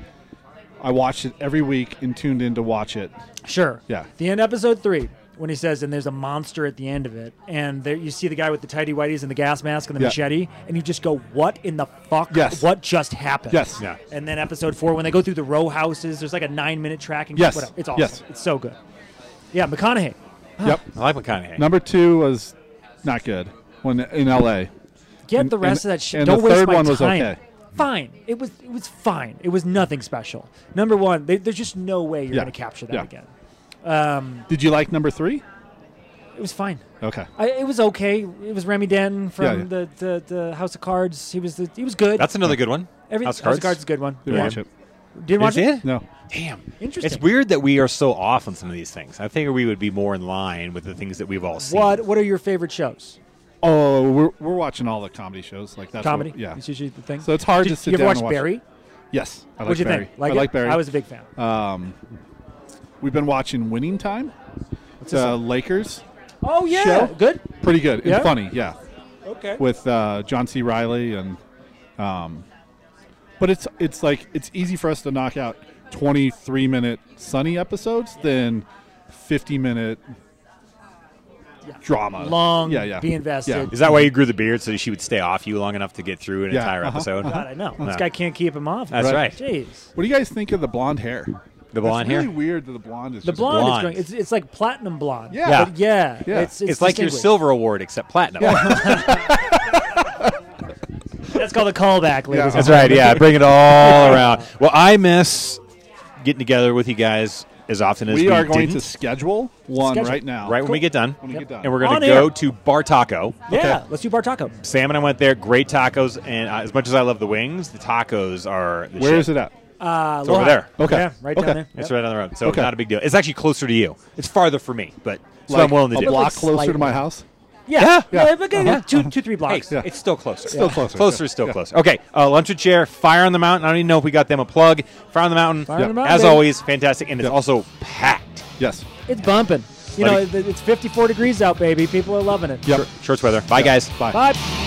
Speaker 2: I watched it every week and tuned in to watch it.
Speaker 3: sure
Speaker 2: Yeah.
Speaker 3: the end episode three when he says and there's a monster at the end of it and there you see the guy with the tidy whities and the gas mask and the
Speaker 2: Yeah.
Speaker 3: machete and you just go what in the fuck
Speaker 2: Yes.
Speaker 3: what just happened
Speaker 2: Yes.
Speaker 1: Yeah.
Speaker 3: and then episode four when they go through the row houses there's like a nine minute tracking
Speaker 2: Yes.
Speaker 3: whatever. it's awesome
Speaker 2: Yes.
Speaker 3: it's so good yeah McConaughey
Speaker 2: Yep.
Speaker 1: I like McConaughey.
Speaker 2: Number two was not good when in L.A.
Speaker 3: Get
Speaker 2: And-
Speaker 3: the rest
Speaker 2: and-
Speaker 3: of that shit.
Speaker 2: and
Speaker 3: Don't
Speaker 2: the
Speaker 3: waste
Speaker 2: third
Speaker 3: my
Speaker 2: one
Speaker 3: time.
Speaker 2: was okay.
Speaker 3: Fine. It was it was fine. It was nothing special. Number one, they, there's just no way you're
Speaker 2: Yeah.
Speaker 3: gonna capture that
Speaker 2: Yeah.
Speaker 3: again.
Speaker 2: Did you like number three?
Speaker 3: It was fine.
Speaker 2: Okay.
Speaker 3: I, it was okay. It was Remy Denton from
Speaker 2: Yeah, yeah.
Speaker 3: The, the the House of Cards. He was the, he was good.
Speaker 1: That's another good one.
Speaker 3: Every,
Speaker 1: House of
Speaker 3: House
Speaker 1: Cards.
Speaker 3: of Cards is a good one.
Speaker 2: Did
Speaker 3: Yeah.
Speaker 2: watch it.
Speaker 3: Didn't watch
Speaker 1: Is it?
Speaker 2: No.
Speaker 1: Damn.
Speaker 3: Interesting.
Speaker 1: It's weird that we are so off on some of these things. I figure we would be more in line with the things that we've all seen.
Speaker 3: What What are your favorite shows?
Speaker 2: Oh, we're, we're watching all the comedy shows like that.
Speaker 3: Comedy.
Speaker 2: yeah.
Speaker 3: It's usually the thing.
Speaker 2: So it's hard
Speaker 3: Did
Speaker 2: to sit
Speaker 3: You ever
Speaker 2: down
Speaker 3: watch
Speaker 2: and watch-
Speaker 3: Barry?
Speaker 2: Yes. I like
Speaker 3: What'd you
Speaker 2: Barry.
Speaker 3: think? Like
Speaker 2: I
Speaker 3: it?
Speaker 2: like Barry. Uh,
Speaker 3: I was a big fan.
Speaker 2: We've been watching Winning Time. It's uh, Lakers.
Speaker 3: oh yeah,
Speaker 2: show?
Speaker 3: good.
Speaker 2: Pretty good and
Speaker 3: Yeah?
Speaker 2: funny. Yeah.
Speaker 3: Okay.
Speaker 2: with uh, John C. Riley and, um, but it's it's like it's easy for us to knock out twenty three minute Sunny episodes than fifty minute drama.
Speaker 3: Long,
Speaker 2: yeah, yeah,
Speaker 3: be invested.
Speaker 1: Is that why you grew the beard so she would stay off you long enough to get through an
Speaker 2: Yeah,
Speaker 1: entire
Speaker 2: uh-huh,
Speaker 1: episode?
Speaker 3: God, I know.
Speaker 1: No.
Speaker 3: This guy can't keep him off.
Speaker 1: That's right.
Speaker 3: Jeez.
Speaker 2: What do you guys think of the blonde hair?
Speaker 1: The blonde
Speaker 2: That's really
Speaker 1: hair?
Speaker 2: weird that the blonde is
Speaker 3: The
Speaker 2: just
Speaker 3: blonde,
Speaker 1: blonde.
Speaker 3: is going. It's, it's like platinum blonde.
Speaker 2: Yeah.
Speaker 1: Yeah.
Speaker 3: But yeah.
Speaker 2: Yeah.
Speaker 3: It's, it's,
Speaker 1: It's, like your
Speaker 3: distinguished.
Speaker 1: silver award except platinum.
Speaker 3: That's called a callback, ladies.
Speaker 2: Yeah.
Speaker 3: and
Speaker 1: That's right. Yeah, bring it
Speaker 2: *laughs*
Speaker 1: all around. Well, I miss getting together with you guys as often as we,
Speaker 2: We are going
Speaker 1: didn't,
Speaker 2: to schedule one
Speaker 3: Schedule.
Speaker 2: right now.
Speaker 1: right when we get done,
Speaker 2: When we get done.
Speaker 1: and we're going
Speaker 3: On
Speaker 1: to go
Speaker 3: air.
Speaker 1: to Bar Taco.
Speaker 3: gentlemen. Yeah.
Speaker 2: Okay.
Speaker 3: Let's do bar taco. Uh,
Speaker 1: Sam and I went there. Great tacos, and uh, as much as I love the wings, the tacos are. The
Speaker 2: Where
Speaker 1: shit.
Speaker 2: is it at?
Speaker 3: Uh,
Speaker 1: over
Speaker 3: Aloha.
Speaker 1: there.
Speaker 2: Okay.
Speaker 3: Yeah, right
Speaker 2: Okay.
Speaker 3: down there.
Speaker 1: It's
Speaker 3: Yep.
Speaker 1: right on the road, so
Speaker 2: Okay.
Speaker 1: not a big deal. It's actually closer to you. It's farther for me, but it's what I'm willing to
Speaker 2: a
Speaker 1: do.
Speaker 2: block
Speaker 3: Like
Speaker 2: closer to
Speaker 3: slightly.
Speaker 2: my house.
Speaker 1: Yeah.
Speaker 3: Yeah.
Speaker 1: Yeah. Uh-huh.
Speaker 3: we're gonna go two, two, three blocks.
Speaker 1: Hey, it's still closer.
Speaker 2: Still closer.
Speaker 1: Closer
Speaker 2: Yeah.
Speaker 1: is still
Speaker 2: Yeah.
Speaker 1: closer. Okay, uh, lunch and chair, Fire on the Mountain. I don't even know if we got them a plug. Fire on the Mountain,
Speaker 3: Fire on the Mountain,
Speaker 1: as
Speaker 3: baby.
Speaker 1: always, fantastic, and it's
Speaker 2: Yeah.
Speaker 1: also packed.
Speaker 2: Yes.
Speaker 3: It's bumping. You
Speaker 1: Let
Speaker 3: know,
Speaker 1: me-
Speaker 3: it- it's 54 degrees out, baby. People are loving it.
Speaker 2: Yep.
Speaker 1: Shorts weather. Bye, guys.
Speaker 2: Bye.
Speaker 3: Bye.